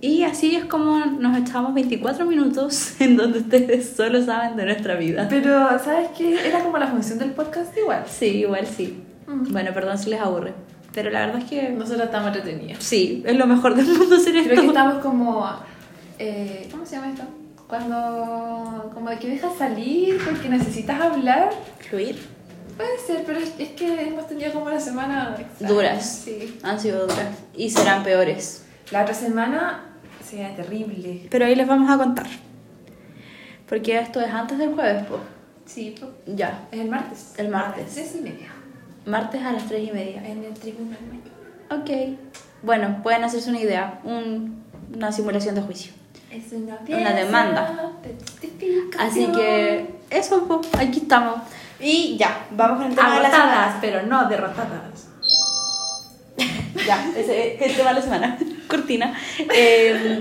Speaker 1: y así es como nos echamos 24 minutos en donde ustedes solo saben de nuestra vida.
Speaker 2: Pero, ¿sabes qué? Era como la función del podcast igual.
Speaker 1: Sí, igual sí.
Speaker 2: Mm.
Speaker 1: Bueno, perdón si les aburre. Pero la verdad es que
Speaker 2: Nosotros estamos entretenidos.
Speaker 1: sí, es lo mejor del mundo hacer
Speaker 2: Creo que
Speaker 1: esto.
Speaker 2: estamos como. eh, ¿Cómo se llama esto? Cuando. Como de que dejas salir porque necesitas hablar.
Speaker 1: Fluir.
Speaker 2: Puede ser, pero es, es que hemos tenido como una semana. extraña.
Speaker 1: Duras.
Speaker 2: Sí.
Speaker 1: Han sido duras. Y serán peores.
Speaker 2: La otra semana sería terrible.
Speaker 1: Pero ahí les vamos a contar. Porque esto es antes del jueves, pues.
Speaker 2: Sí, po.
Speaker 1: Ya.
Speaker 2: es el martes.
Speaker 1: El martes.
Speaker 2: A las tres y media.
Speaker 1: Martes a las 3 y media.
Speaker 2: En el tribunal mayor.
Speaker 1: Ok. Bueno, pueden hacerse una idea. Un una simulación de juicio.
Speaker 2: Es una,
Speaker 1: pieza demanda. Así que eso, po, aquí estamos. Y ya, vamos con el tema de la semana.
Speaker 2: Agotadas, pero no derrotadas.
Speaker 1: Ya, ese es el tema de la semana. Cortina. Eh,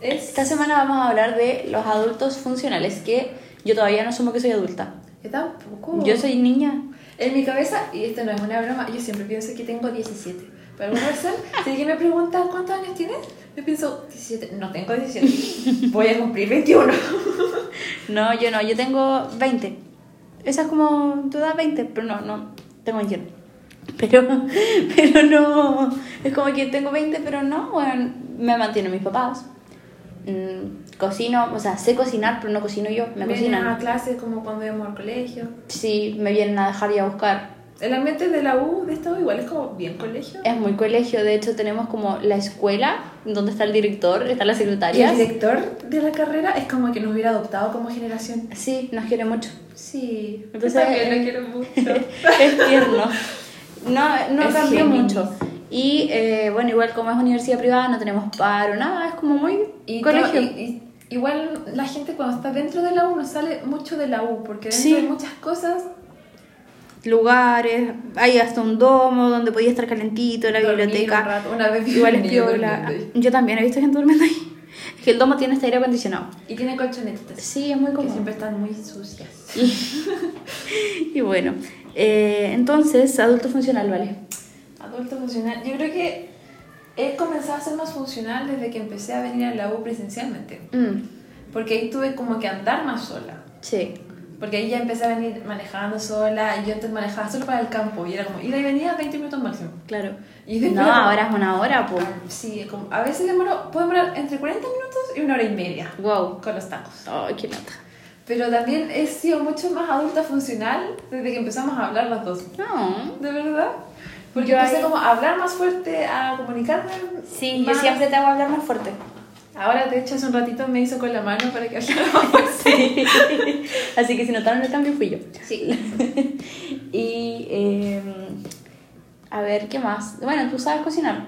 Speaker 2: Es...
Speaker 1: esta semana vamos a hablar de los adultos funcionales, que yo todavía no asumo que soy adulta.
Speaker 2: Yo tampoco.
Speaker 1: Yo soy niña.
Speaker 2: En mi cabeza, y esto no es una broma, yo siempre pienso que tengo 17. Por alguna razón, si alguien me pregunta cuántos años tienes, yo pienso 17. No tengo 17. Voy a cumplir 21.
Speaker 1: No, yo no, yo tengo 20. Esa es como tu edad 20, pero no, no, tengo 21. Pero, pero no, es como que tengo 20, pero no, bueno, me mantienen mis papás. Mm, cocino, o sea, sé cocinar, pero no cocino yo, me
Speaker 2: Vienen a
Speaker 1: cocinan.
Speaker 2: clases como cuando íbamos al colegio.
Speaker 1: Sí, me vienen a dejar y a buscar.
Speaker 2: El ambiente de la U de estado igual es como bien colegio.
Speaker 1: Es muy colegio, de hecho tenemos como la escuela, donde está el director, está la
Speaker 2: Y el
Speaker 1: secretaria.
Speaker 2: director de la carrera es como que nos hubiera adoptado como generación.
Speaker 1: Sí, nos quiere mucho.
Speaker 2: Sí,
Speaker 1: Entonces,
Speaker 2: yo también
Speaker 1: eh,
Speaker 2: lo quiero mucho.
Speaker 1: es tierno. No, no
Speaker 2: Es
Speaker 1: cambió
Speaker 2: Géminis.
Speaker 1: mucho. Y eh, bueno, igual como es universidad privada, no tenemos paro, nada, es como muy
Speaker 2: Y
Speaker 1: colegio.
Speaker 2: to- y- y- igual la gente cuando está dentro de la U no sale mucho de la U, porque dentro
Speaker 1: Sí.
Speaker 2: de muchas cosas
Speaker 1: Lugares, hay hasta un domo donde podía estar calentito, la
Speaker 2: dormir un
Speaker 1: biblioteca.
Speaker 2: rato. Una vez vi
Speaker 1: Igual
Speaker 2: un
Speaker 1: es
Speaker 2: niño
Speaker 1: piola.
Speaker 2: durmiendo ahí.
Speaker 1: Yo también he visto gente durmiendo ahí. Es que el domo tiene este aire acondicionado.
Speaker 2: Y tiene colchonetitas.
Speaker 1: Sí, es muy
Speaker 2: Que
Speaker 1: común.
Speaker 2: siempre están muy sucias.
Speaker 1: Y, y bueno, eh, entonces, adulto funcional, ¿vale?
Speaker 2: Adulto funcional. Yo creo que he comenzado a ser más funcional desde que empecé a venir a la U presencialmente.
Speaker 1: Mm,
Speaker 2: Porque ahí tuve como que andar más sola.
Speaker 1: sí.
Speaker 2: Porque ahí ya empecé a venir manejando sola. Y yo antes manejaba solo para el campo. Y era como, ida y venía 20 minutos máximo.
Speaker 1: Claro.
Speaker 2: Y
Speaker 1: No,
Speaker 2: después-
Speaker 1: ahora es una hora, pues.
Speaker 2: Sí, como- a veces demoro, puedo demorar entre 40 minutos y una hora y media
Speaker 1: Wow.
Speaker 2: con los tacos.
Speaker 1: Ay, qué lata.
Speaker 2: Pero también he sido mucho más adulta funcional desde que empezamos a hablar las dos.
Speaker 1: No.
Speaker 2: ¿De verdad? Porque
Speaker 1: Yo
Speaker 2: empecé
Speaker 1: ahí-
Speaker 2: como a hablar más fuerte, a comunicarme.
Speaker 1: Sí, yo
Speaker 2: más.
Speaker 1: siempre te hago hablar más fuerte.
Speaker 2: Ahora, de hecho, hace un ratito me hizo con la mano para que hablara más fuerte.
Speaker 1: Pues Sí. Así que si notaron el cambio fui yo.
Speaker 2: Sí.
Speaker 1: Y eh, a ver, ¿qué más? Bueno, tú sabes cocinar.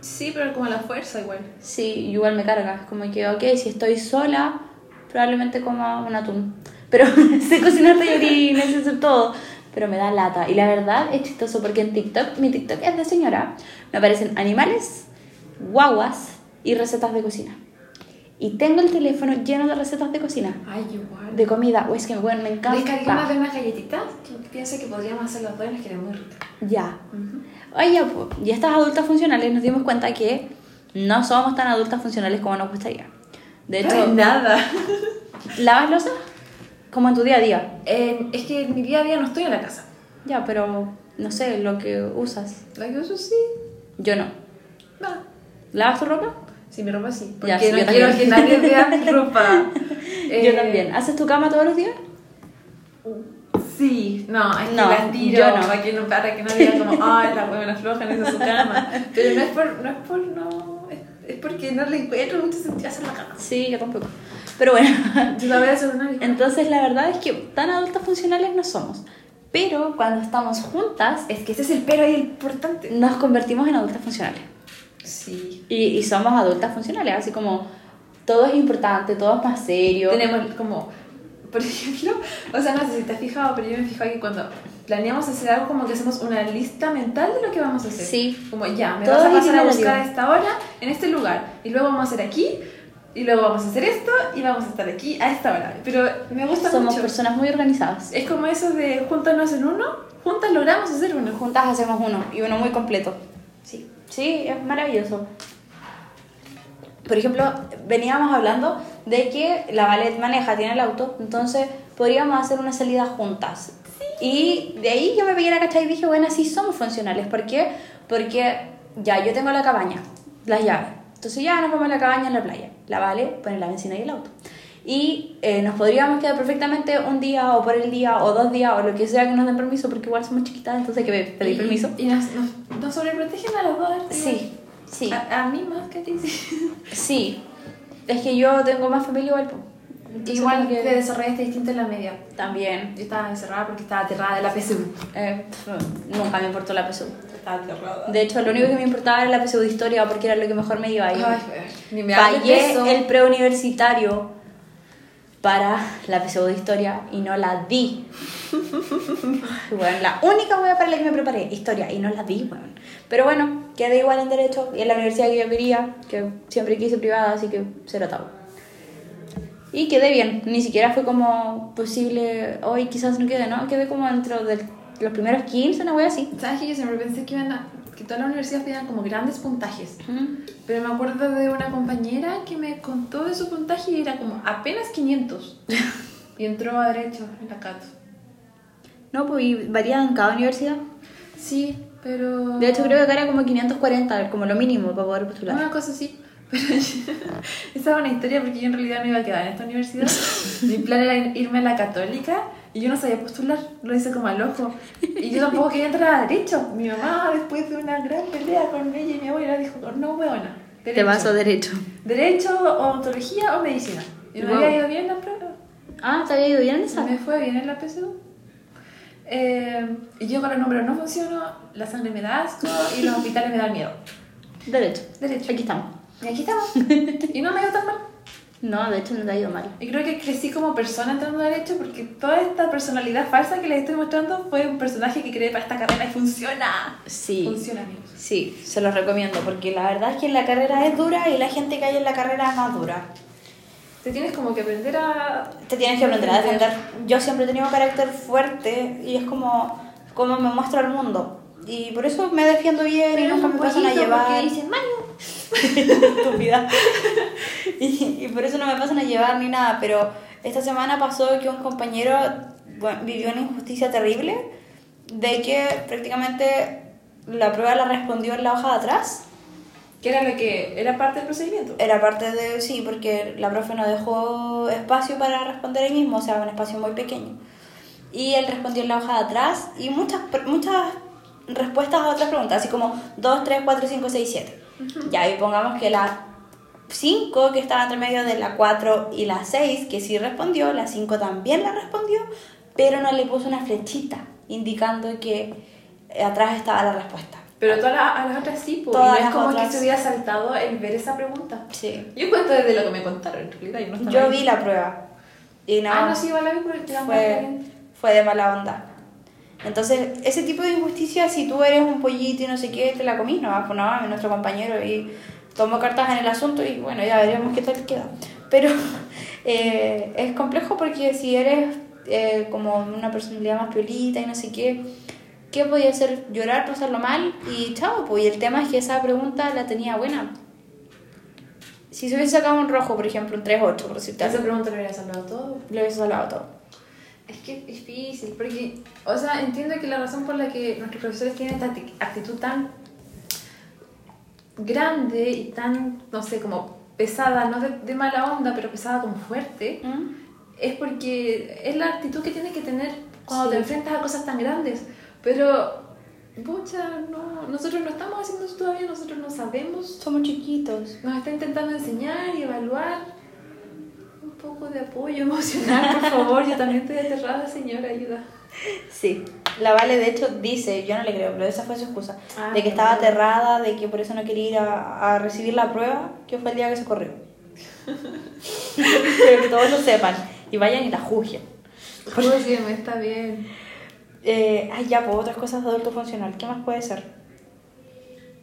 Speaker 2: Sí, pero como a la fuerza igual.
Speaker 1: Sí, igual me cargas. Como que, ok, si estoy sola, probablemente coma un atún. Pero sé cocinar tallarines, sé hacer todo. Pero me da lata. Y la verdad es chistoso porque en TikTok, mi TikTok es de señora, me aparecen animales, guaguas y recetas de cocina. Y tengo el teléfono lleno de recetas de cocina.
Speaker 2: Ay, igual.
Speaker 1: De comida, o es que bueno, me
Speaker 2: Descargué una
Speaker 1: encanta.
Speaker 2: vez unas galletitas que pienso que podríamos hacer las dos y las quedé muy ricas.
Speaker 1: Ya. Oye, y estas adultas funcionales nos dimos cuenta que no somos tan adultas funcionales como nos gustaría. De
Speaker 2: Ay,
Speaker 1: hecho,
Speaker 2: nada.
Speaker 1: ¿lavas losa? Como en tu día a día.
Speaker 2: Eh, es que en mi día a día no estoy en la casa.
Speaker 1: Ya, pero no sé, lo que usas.
Speaker 2: La que uso sí,
Speaker 1: Yo no.
Speaker 2: va.
Speaker 1: ¿Lavas tu ropa?
Speaker 2: Sí, mi ropa sí. Porque
Speaker 1: Ya, sí,
Speaker 2: no
Speaker 1: yo
Speaker 2: quiero
Speaker 1: también.
Speaker 2: que nadie vea mi ropa. Eh,
Speaker 1: Yo también. ¿Haces tu cama todos los días?
Speaker 2: Sí, no, es
Speaker 1: No,
Speaker 2: que las tiro
Speaker 1: yo no.
Speaker 2: para que no para que no digan como, ay, la buena floja en esa su cama. Pero no es por, no es por no, es, es porque no le encuentro mucho sentido hacer la cama.
Speaker 1: Sí, yo tampoco. Pero bueno,
Speaker 2: Yo la voy a hacer una
Speaker 1: entonces la verdad es que tan adultas funcionales no somos. Pero cuando estamos juntas,
Speaker 2: Es que ese es el pero y el importante.
Speaker 1: nos convertimos en adultas funcionales.
Speaker 2: Sí.
Speaker 1: Y, y somos adultas funcionales, así como todo es importante, todo es más serio.
Speaker 2: Tenemos como, por ejemplo, o sea, no sé si te has fijado, pero yo me fijo que cuando planeamos hacer algo, como que hacemos una lista mental de lo que vamos a hacer.
Speaker 1: Sí.
Speaker 2: Como ya, me
Speaker 1: Todo
Speaker 2: vas a
Speaker 1: es
Speaker 2: pasar a
Speaker 1: itinerario.
Speaker 2: buscar a esta hora, en este lugar, y luego vamos a hacer aquí, y luego vamos a hacer esto, y vamos a estar aquí a esta hora. Pero me gusta
Speaker 1: Somos
Speaker 2: mucho.
Speaker 1: personas muy organizadas.
Speaker 2: Es como eso de juntarnos en uno, juntas logramos hacer uno.
Speaker 1: Juntas hacemos uno y uno muy completo.
Speaker 2: Sí.
Speaker 1: Sí, es maravilloso. Por ejemplo, veníamos hablando de que la ballet maneja, tiene el auto, entonces podríamos hacer una salida juntas. Y de ahí yo me pegué la cacha y dije, bueno, sí somos funcionales. ¿Por qué? Porque ya yo tengo la cabaña, las llaves. Entonces ya nos vamos a la cabaña en la playa. La vale, pone la benzina y el auto. Y eh, nos podríamos quedar perfectamente un día o por el día o dos días o lo que sea que nos den permiso, porque igual somos chiquitas, entonces hay que pedir
Speaker 2: Y-
Speaker 1: permiso.
Speaker 2: Y nos, nos, nos sobreprotegen a los dos.
Speaker 1: Sí, sí.
Speaker 2: A, a mí más que a ti, sí.
Speaker 1: Sí, es que yo tengo más familia igual. po. Entonces,
Speaker 2: Igual
Speaker 1: como
Speaker 2: que te desarrollaste distinto en la media.
Speaker 1: También.
Speaker 2: Yo estaba encerrada porque estaba aterrada de la PSU.
Speaker 1: eh, pf, nunca me importó la PSU.
Speaker 2: estaba aterrada.
Speaker 1: De hecho, lo único que me importaba era la pseudohistoria porque era lo que mejor me iba a ir.
Speaker 2: Ay, weón, ni me hables de
Speaker 1: Fallé
Speaker 2: eso.
Speaker 1: el preuniversitario para la pseudohistoria y no la di. bueno, la única wea para la que me preparé, historia, y no la di, bueno. Pero bueno, quedé igual en Derecho y en la universidad que yo quería, que siempre quise privada, así que cero tabú. Y quedé bien, ni siquiera fue como posible, hoy quizás no quede, ¿no? Quedé como dentro de los primeros 15, una wea así.
Speaker 2: ¿Sabes que yo siempre pensé que iban a, que todas las universidades pedían como grandes puntajes?
Speaker 1: Mm.
Speaker 2: Pero me acuerdo de una compañera que me contó de su puntaje y era como apenas 500. y entró a derecho en la Cato.
Speaker 1: No, pues y varía en cada universidad.
Speaker 2: Sí, pero...
Speaker 1: De hecho, creo que acá era como 540, como lo mínimo para poder postular.
Speaker 2: Una cosa sí. Pero esa es una historia porque yo en realidad no iba a quedar en esta universidad. Mi plan era ir- irme a la católica y yo no sabía postular, lo hice como al ojo. Y yo tampoco quería entrar a derecho. Mi mamá, después de una gran pelea con ella y mi abuela, dijo, no, huevona.
Speaker 1: Te vas a derecho.
Speaker 2: Derecho, odontología o medicina. Y me
Speaker 1: Wow.
Speaker 2: había ido bien la prueba.
Speaker 1: Ah, ¿te había ido bien en
Speaker 2: Se
Speaker 1: esa?
Speaker 2: me fue bien en la PSU. Eh, y yo con los números no funciono, la sangre me da asco y los hospitales me dan miedo.
Speaker 1: Derecho.
Speaker 2: Derecho.
Speaker 1: Aquí estamos.
Speaker 2: Y aquí estamos. Y no me ha ido tan mal.
Speaker 1: No, de hecho no te ha ido mal.
Speaker 2: Y creo que crecí como persona entrando a derecho porque toda esta personalidad falsa que les estoy mostrando fue un personaje que creé para esta carrera y funciona.
Speaker 1: Sí.
Speaker 2: Funciona, amigos.
Speaker 1: Pues Sí, se los recomiendo porque la verdad es que la carrera es dura y la gente que hay en la carrera es más dura.
Speaker 2: Te tienes como que aprender a...
Speaker 1: Te tienes que aprender a defender. Yo siempre he tenido carácter fuerte y es como, como me muestro al mundo. Y por eso me defiendo bien y nunca me pasan a llevar.
Speaker 2: dicen, Mario.
Speaker 1: estúpida. Y, y por eso no me pasan a llevar ni nada, pero esta semana pasó que un compañero bueno, vivió una injusticia terrible de que prácticamente la prueba la respondió en la hoja de atrás.
Speaker 2: Que era lo que... Era parte del procedimiento.
Speaker 1: Era parte de, sí, porque la profe no dejó espacio para responder ahí mismo, o sea, un espacio muy pequeño. Y él respondió en la hoja de atrás y muchas, pr- muchas respuestas a otras preguntas, así como 2, 3, 4, 5, 6, 7. Ya, y pongamos que la 5, que estaba entre medio de la 4 y la 6, que sí respondió, la 5 también la respondió, pero no le puso una flechita indicando que eh, atrás estaba la respuesta.
Speaker 2: Pero todas las, a las otras sí, pues.
Speaker 1: Todas
Speaker 2: y no
Speaker 1: las
Speaker 2: es como
Speaker 1: otras.
Speaker 2: que se hubiera saltado el ver esa pregunta.
Speaker 1: Sí.
Speaker 2: Yo cuento desde lo que me contaron, en realidad. Yo, no estaba
Speaker 1: Yo
Speaker 2: ahí.
Speaker 1: vi la prueba. Y no,
Speaker 2: Ah, no, sí, igual la vi por el
Speaker 1: fue, fue de mala onda. Entonces, ese tipo de injusticia, si tú eres un pollito y no sé qué, te la comís, no, pues no, nuestro compañero y tomó cartas en el asunto y bueno, ya veremos qué tal queda. Pero eh, es complejo porque si eres eh, como una personalidad más piolita y no sé qué, ¿qué podía hacer? Llorar, pasarlo mal y chao, pues. Y el tema es que esa pregunta la tenía buena. Si se hubiese sacado un rojo, por ejemplo, un 3-8, por decirte
Speaker 2: Esa
Speaker 1: algo,
Speaker 2: pregunta lo hubiera salvado todo.
Speaker 1: le hubiese salvado todo.
Speaker 2: Es que es difícil, porque, o sea, entiendo que la razón por la que nuestros profesores tienen esta acti- actitud tan grande y tan, no sé, como pesada, no de, de mala onda, pero pesada como fuerte,
Speaker 1: ¿Mm?
Speaker 2: es porque es la actitud que tienes que tener
Speaker 1: Sí.
Speaker 2: cuando te enfrentas a cosas tan grandes. Pero, pucha, no, nosotros no estamos haciendo eso todavía, nosotros no sabemos.
Speaker 1: Somos chiquitos.
Speaker 2: Nos está intentando enseñar y evaluar. Un poco de apoyo emocional, por favor. Yo también estoy aterrada, señora, ayuda.
Speaker 1: Sí. La Vale, de hecho, dice, yo no le creo, pero esa fue su excusa,
Speaker 2: Ah,
Speaker 1: de que estaba
Speaker 2: también.
Speaker 1: aterrada, de que por eso no quería ir a, a recibir la prueba, que fue el día que se corrió. pero que todos lo sepan y vayan y la juzguen.
Speaker 2: Júgueme, está bien.
Speaker 1: Eh, ay, ya, pues otras cosas de adulto funcional, ¿qué más puede ser?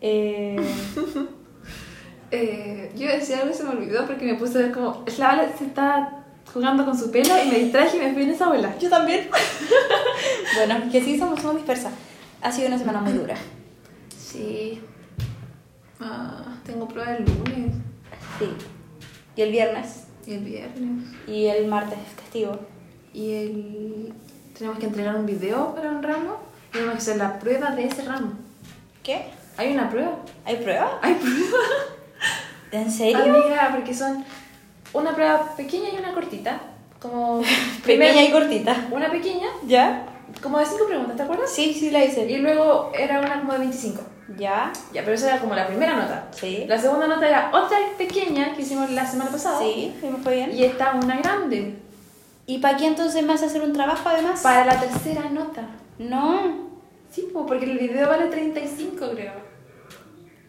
Speaker 1: Eh,
Speaker 2: Eh, yo decía algo y se me olvidó porque me puse a ver como. La bala se está jugando con su pelo y me distraje y me fui en esa bola.
Speaker 1: yo también. bueno, que sí, somos, somos dispersas. Ha sido una semana muy dura.
Speaker 2: Sí. Ah, tengo prueba el lunes
Speaker 1: Sí. Y el viernes
Speaker 2: y el viernes.
Speaker 1: y el martes es castigo.
Speaker 2: Y el. Tenemos que entregar un video para un ramo y tenemos que hacer la prueba de ese ramo.
Speaker 1: ¿Qué?
Speaker 2: ¿Hay una prueba?
Speaker 1: ¿Hay prueba?
Speaker 2: ¿Hay prueba?
Speaker 1: ¿En serio?
Speaker 2: Amiga, porque son una prueba pequeña y una cortita. Como.
Speaker 1: Pequeña y
Speaker 2: primero-
Speaker 1: cortita.
Speaker 2: Una pequeña,
Speaker 1: ¿Ya?
Speaker 2: como de cinco preguntas, ¿te acuerdas?
Speaker 1: Sí, sí la hice.
Speaker 2: Y luego era una como de 25.
Speaker 1: ¿Ya?
Speaker 2: Ya, pero esa era como la primera nota.
Speaker 1: Sí.
Speaker 2: La segunda nota era otra pequeña que hicimos la semana pasada.
Speaker 1: Sí, y me fue bien.
Speaker 2: Y está una grande.
Speaker 1: ¿Y para qué entonces me vas a hacer un trabajo además?
Speaker 2: Para la tercera nota.
Speaker 1: No.
Speaker 2: Sí, po, porque el video vale 35, creo.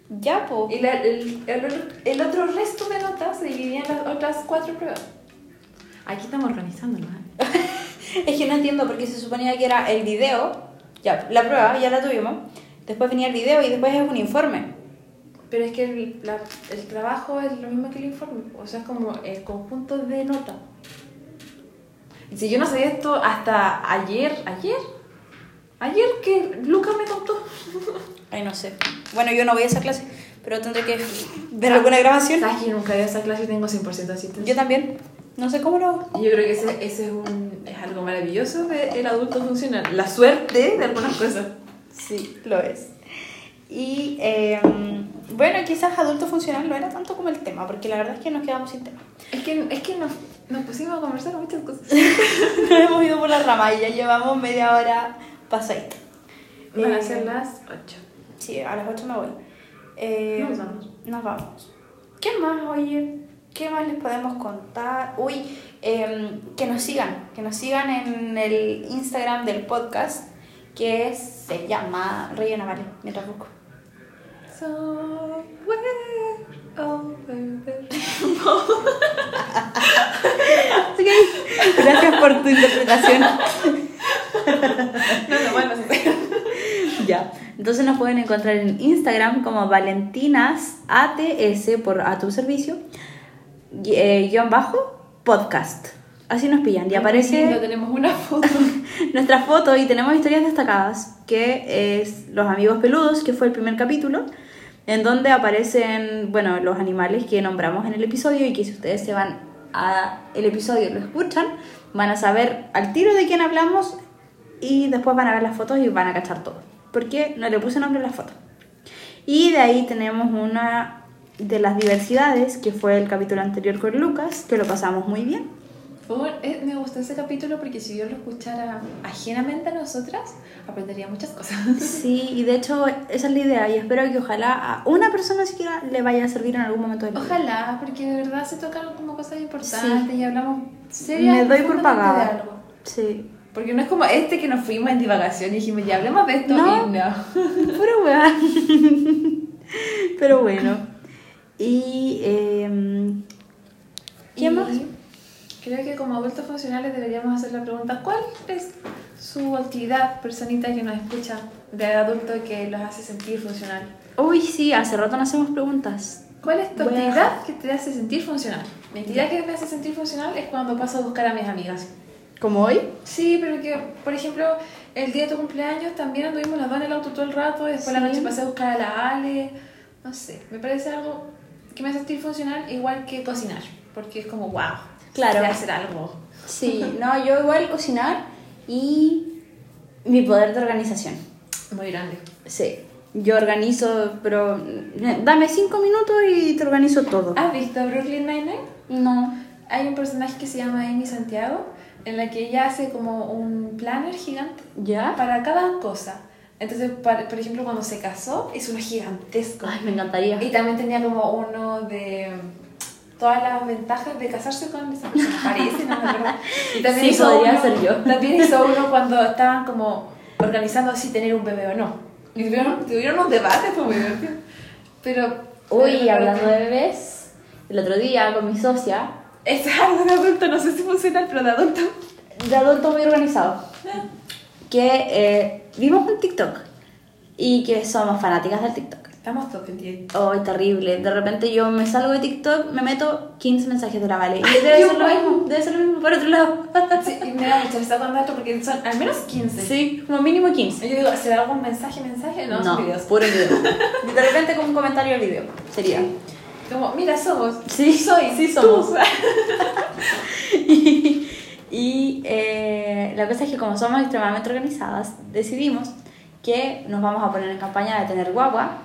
Speaker 1: Ya, po.
Speaker 2: Y la- el, el- el otro resto de notas se dividía en las otras cuatro pruebas. Aquí estamos organizando,
Speaker 1: ¿eh?
Speaker 2: ¿no?
Speaker 1: Es que no entiendo porque se suponía que era el video, ya, la prueba, ya la tuvimos. Después venía el video y después es un informe.
Speaker 2: Pero es que el, la- el trabajo es lo mismo que el informe, o sea, es como el conjunto de notas. Si yo no sabía esto hasta ayer, ayer, ayer que Lucas me contó.
Speaker 1: Ay, no sé. Bueno, yo no voy a esa clase, pero tendré que ver alguna grabación.
Speaker 2: ¿Sabes que yo nunca he ido a esa clase y tengo 100% asistencia?
Speaker 1: Yo también. No sé cómo lo hago.
Speaker 2: Yo creo que ese, ese es, un, es algo maravilloso del adulto funcional. La suerte de algunas cosas.
Speaker 1: Sí, lo es. Y eh, bueno, quizás adulto funcional no era tanto como el tema, porque la verdad es que nos quedamos sin tema.
Speaker 2: Es que, es que nos, nos pusimos a conversar muchas cosas.
Speaker 1: Nos hemos ido por la rama y ya llevamos media hora pasadita.
Speaker 2: Van a
Speaker 1: Eh,
Speaker 2: ser las 8.
Speaker 1: Sí, a las 8 me voy. Eh,
Speaker 2: Nos vamos.
Speaker 1: Nos vamos. ¿Qué más, oye? ¿Qué más les podemos contar? Uy, eh, que nos sigan, que nos sigan en el Instagram del podcast que se llama Rellena Vale, mientras busco.
Speaker 2: Somewhere over there.
Speaker 1: Gracias por tu interpretación.
Speaker 2: No, no, bueno, sí.
Speaker 1: ya. Entonces nos pueden encontrar en Instagram como Valentinas ATS por a tu servicio gui- eh, guión bajo podcast. Así nos pillan y aparece.
Speaker 2: Lindo, tenemos una foto.
Speaker 1: nuestra foto y tenemos historias destacadas, que es Los Amigos Peludos, que fue el primer capítulo, en donde aparecen, bueno, los animales que nombramos en el episodio y que si ustedes se van a el episodio y lo escuchan, van a saber al tiro de quién hablamos y después van a ver las fotos y van a cachar todo, porque no le puse nombre a las fotos. Y de ahí tenemos una de las diversidades, que fue el capítulo anterior con Lucas, que lo pasamos muy bien.
Speaker 2: Fue un- eh, me gustó ese capítulo porque si yo lo escuchara ajenamente a nosotras, aprendería muchas cosas.
Speaker 1: Sí, y de hecho esa es la idea y espero que ojalá a una persona siquiera le vaya a servir en algún momento del vida.
Speaker 2: Ojalá, porque de verdad se tocaron como cosas importantes y hablamos
Speaker 1: Me
Speaker 2: seriamente
Speaker 1: doy por
Speaker 2: de
Speaker 1: pagada.
Speaker 2: algo.
Speaker 1: Sí.
Speaker 2: Porque no es como este que nos fuimos en divagación y dijimos, ya hablemos de esto.
Speaker 1: No.
Speaker 2: y no.
Speaker 1: Pero weá. Pero bueno. Y eh, ¿Qué
Speaker 2: Y
Speaker 1: más?
Speaker 2: Creo que como adultos funcionales deberíamos hacer la pregunta, ¿cuál es su actividad, personita que nos escucha, de adulto que los hace sentir funcional?
Speaker 1: uy sí, hace rato no hacemos preguntas.
Speaker 2: ¿Cuál es tu
Speaker 1: Voy a
Speaker 2: actividad que te hace sentir funcional? Mi actividad que me hace sentir funcional es cuando paso a buscar a mis amigas.
Speaker 1: ¿Como hoy?
Speaker 2: Sí, pero que, por ejemplo, el día de tu cumpleaños también anduvimos las dos en el auto todo el rato y después
Speaker 1: Sí.
Speaker 2: la noche pasé a buscar a la Ale. No sé, me parece algo que me hace sentir funcional igual que cocinar, porque es como, wow,
Speaker 1: Claro.
Speaker 2: quiero hacer algo.
Speaker 1: Sí, no, yo igual cocinar y mi poder de organización.
Speaker 2: Muy grande.
Speaker 1: Sí. Yo organizo, pero eh, dame cinco minutos y te organizo todo.
Speaker 2: ¿Has visto Brooklyn Nine-Nine?
Speaker 1: No.
Speaker 2: Hay un personaje que se llama Amy Santiago, en la que ella hace como un planner gigante
Speaker 1: ¿Ya?
Speaker 2: para cada cosa. Entonces, para- por ejemplo, cuando se casó, hizo uno gigantesco.
Speaker 1: Ay, me encantaría.
Speaker 2: Y también tenía como uno de mm, todas las ventajas de casarse con esa persona. Parece, no me acuerdo. Y
Speaker 1: Sí, podría
Speaker 2: uno-
Speaker 1: ser yo.
Speaker 2: También hizo uno cuando estaban como organizando si tener un bebé o no. Y tuvieron, tuvieron un debate, fue muy divertido. Pero...
Speaker 1: Uy, hablando de bebés, el otro día con mi socia,
Speaker 2: Es algo de adulto, no sé si funciona, pero de adulto.
Speaker 1: de adulto muy organizado, que eh, vimos un TikTok y que somos fanáticas del TikTok.
Speaker 2: Estamos todos pendientes.
Speaker 1: Oh, es terrible. De repente yo me salgo de TikTok, me meto 15 mensajes de la Vale. Y debe
Speaker 2: Ay,
Speaker 1: ser lo
Speaker 2: igual.
Speaker 1: mismo, debe ser lo mismo por otro lado.
Speaker 2: Sí, y me da mucha risa cuando esto porque son al menos 15.
Speaker 1: Sí, como mínimo 15.
Speaker 2: Y Yo digo, ¿será algún mensaje, mensaje? No, son videos.
Speaker 1: puro video. De repente con un comentario al video. Sería.
Speaker 2: Como, mira, somos.
Speaker 1: Sí,
Speaker 2: soy.
Speaker 1: sí
Speaker 2: tú.
Speaker 1: somos. y eh, la cosa es que como somos extremadamente organizadas, decidimos que nos vamos a poner en campaña de tener guagua.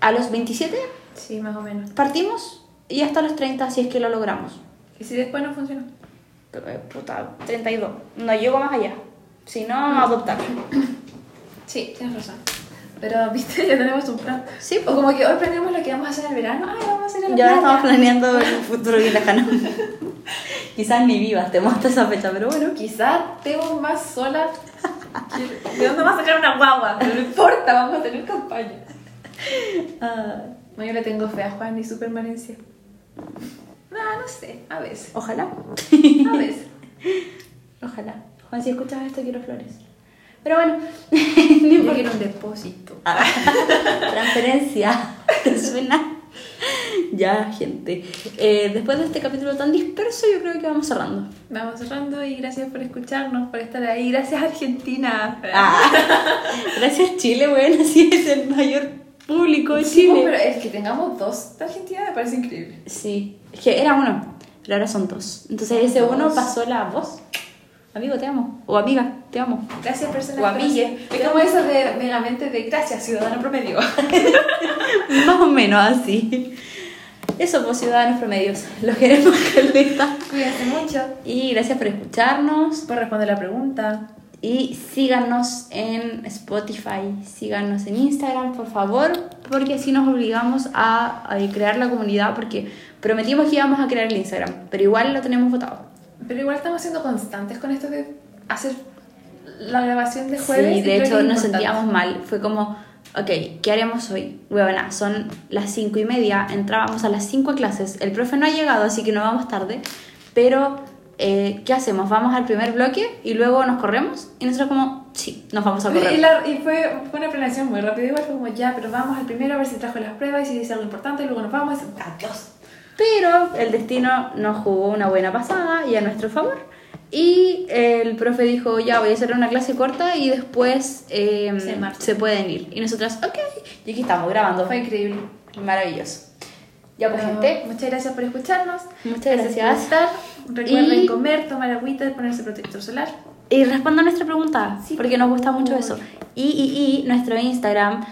Speaker 1: A los 27
Speaker 2: Sí, más o menos.
Speaker 1: partimos y hasta los 30 si es que lo logramos.
Speaker 2: ¿Y si después no funciona?
Speaker 1: Pero, eh, Puta, 32. No llego más allá. Si no, adoptar.
Speaker 2: Sí, tienes razón. Pero, viste, ya tenemos un plan.
Speaker 1: Sí, pues.
Speaker 2: O como que hoy planeamos lo que vamos a hacer en el verano. Ay, vamos a ir a la
Speaker 1: Ya
Speaker 2: playa.
Speaker 1: estamos planeando el futuro bien lejano. Quizás ni vivas, te muestro esa fecha, pero bueno.
Speaker 2: Quizá estemos más solas ¿De dónde vamos a sacar una guagua? No me importa, vamos a tener campaña.
Speaker 1: Ah,
Speaker 2: No, yo le tengo fe a Juan y su permanencia. No, no sé, a veces.
Speaker 1: ojalá.
Speaker 2: A veces.
Speaker 1: Ojalá. Juan, si escuchas esto, quiero flores. Pero bueno, no
Speaker 2: Yo
Speaker 1: importa.
Speaker 2: quiero un depósito.
Speaker 1: Ah, transferencia. ¿Te suena? Ya, gente. Eh, después de este capítulo tan disperso, yo creo que vamos cerrando.
Speaker 2: Vamos cerrando y gracias por escucharnos, por estar ahí. Gracias Argentina.
Speaker 1: Ah, gracias Chile, bueno, así es el mayor público de
Speaker 2: Sí,
Speaker 1: Chile.
Speaker 2: pero el que tengamos dos de Argentina me parece increíble.
Speaker 1: Sí, es que era uno, pero ahora son dos. Entonces ese
Speaker 2: Dos.
Speaker 1: uno pasó la voz. Amigo, te amo. O amiga, te amo.
Speaker 2: Gracias personas
Speaker 1: O amigue.
Speaker 2: conocidas. Es como eh. eso de meramente de gracias ciudadano promedio.
Speaker 1: Más o menos así. Eso, pues, ciudadanos promedios. Los queremos, caleta.
Speaker 2: Cuídense mucho.
Speaker 1: Y gracias por escucharnos.
Speaker 2: Por responder la pregunta.
Speaker 1: Y síganos en Spotify, síganos en Instagram, por favor, porque así nos obligamos a, a crear la comunidad, porque prometimos que íbamos a crear el Instagram, pero igual lo tenemos votado.
Speaker 2: Pero igual estamos siendo constantes con esto de hacer la grabación de jueves.
Speaker 1: sí,
Speaker 2: y creo
Speaker 1: de
Speaker 2: que
Speaker 1: hecho
Speaker 2: es
Speaker 1: nos
Speaker 2: importante.
Speaker 1: sentíamos mal, fue como, ok, ¿qué haremos hoy? Huevona, son las cinco y media, entrábamos a las 5 a clases, el profe no ha llegado, así que no vamos tarde, pero eh, ¿qué hacemos? ¿Vamos al primer bloque y luego nos corremos? Y nosotros como, sí, nos vamos a correr.
Speaker 2: Y, la- y fue, fue una planeación muy rápida, igual fue como ya, pero vamos al primero a ver si trajo las pruebas y si dice algo importante, y luego nos vamos. Adiós.
Speaker 1: Pero el destino nos jugó una buena pasada y a nuestro favor. Y el profe dijo, ya voy a hacer una clase corta y después eh,
Speaker 2: Se marcha.
Speaker 1: se pueden ir. Y nosotras, ok. Y aquí estamos grabando.
Speaker 2: Fue increíble.
Speaker 1: Maravilloso. Ya pues,
Speaker 2: Pero
Speaker 1: gente.
Speaker 2: Muchas gracias por escucharnos.
Speaker 1: Muchas gracias.
Speaker 2: por estar. Recuerden
Speaker 1: Y-
Speaker 2: comer, tomar agüita, ponerse protector solar.
Speaker 1: Y responda nuestra pregunta,
Speaker 2: Sí,
Speaker 1: porque nos gusta
Speaker 2: por
Speaker 1: mucho
Speaker 2: favor.
Speaker 1: eso. Y, y, y nuestro Instagram,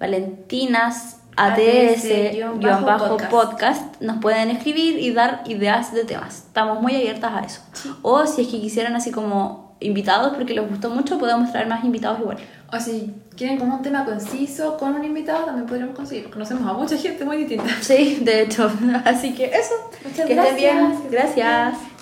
Speaker 1: Valentinas
Speaker 2: ATS-podcast.
Speaker 1: ATS-podcast, nos pueden escribir y dar ideas de temas. Estamos muy abiertas a eso. O si es que quisieran así como invitados, porque les gustó mucho, podemos traer más invitados igual.
Speaker 2: O si quieren como un tema conciso con un invitado, también podríamos conseguir. Conocemos a mucha gente muy distinta.
Speaker 1: Sí, de hecho. Así que eso.
Speaker 2: Muchas
Speaker 1: que
Speaker 2: gracias.
Speaker 1: estén bien.
Speaker 2: Que estén
Speaker 1: Gracias.
Speaker 2: bien.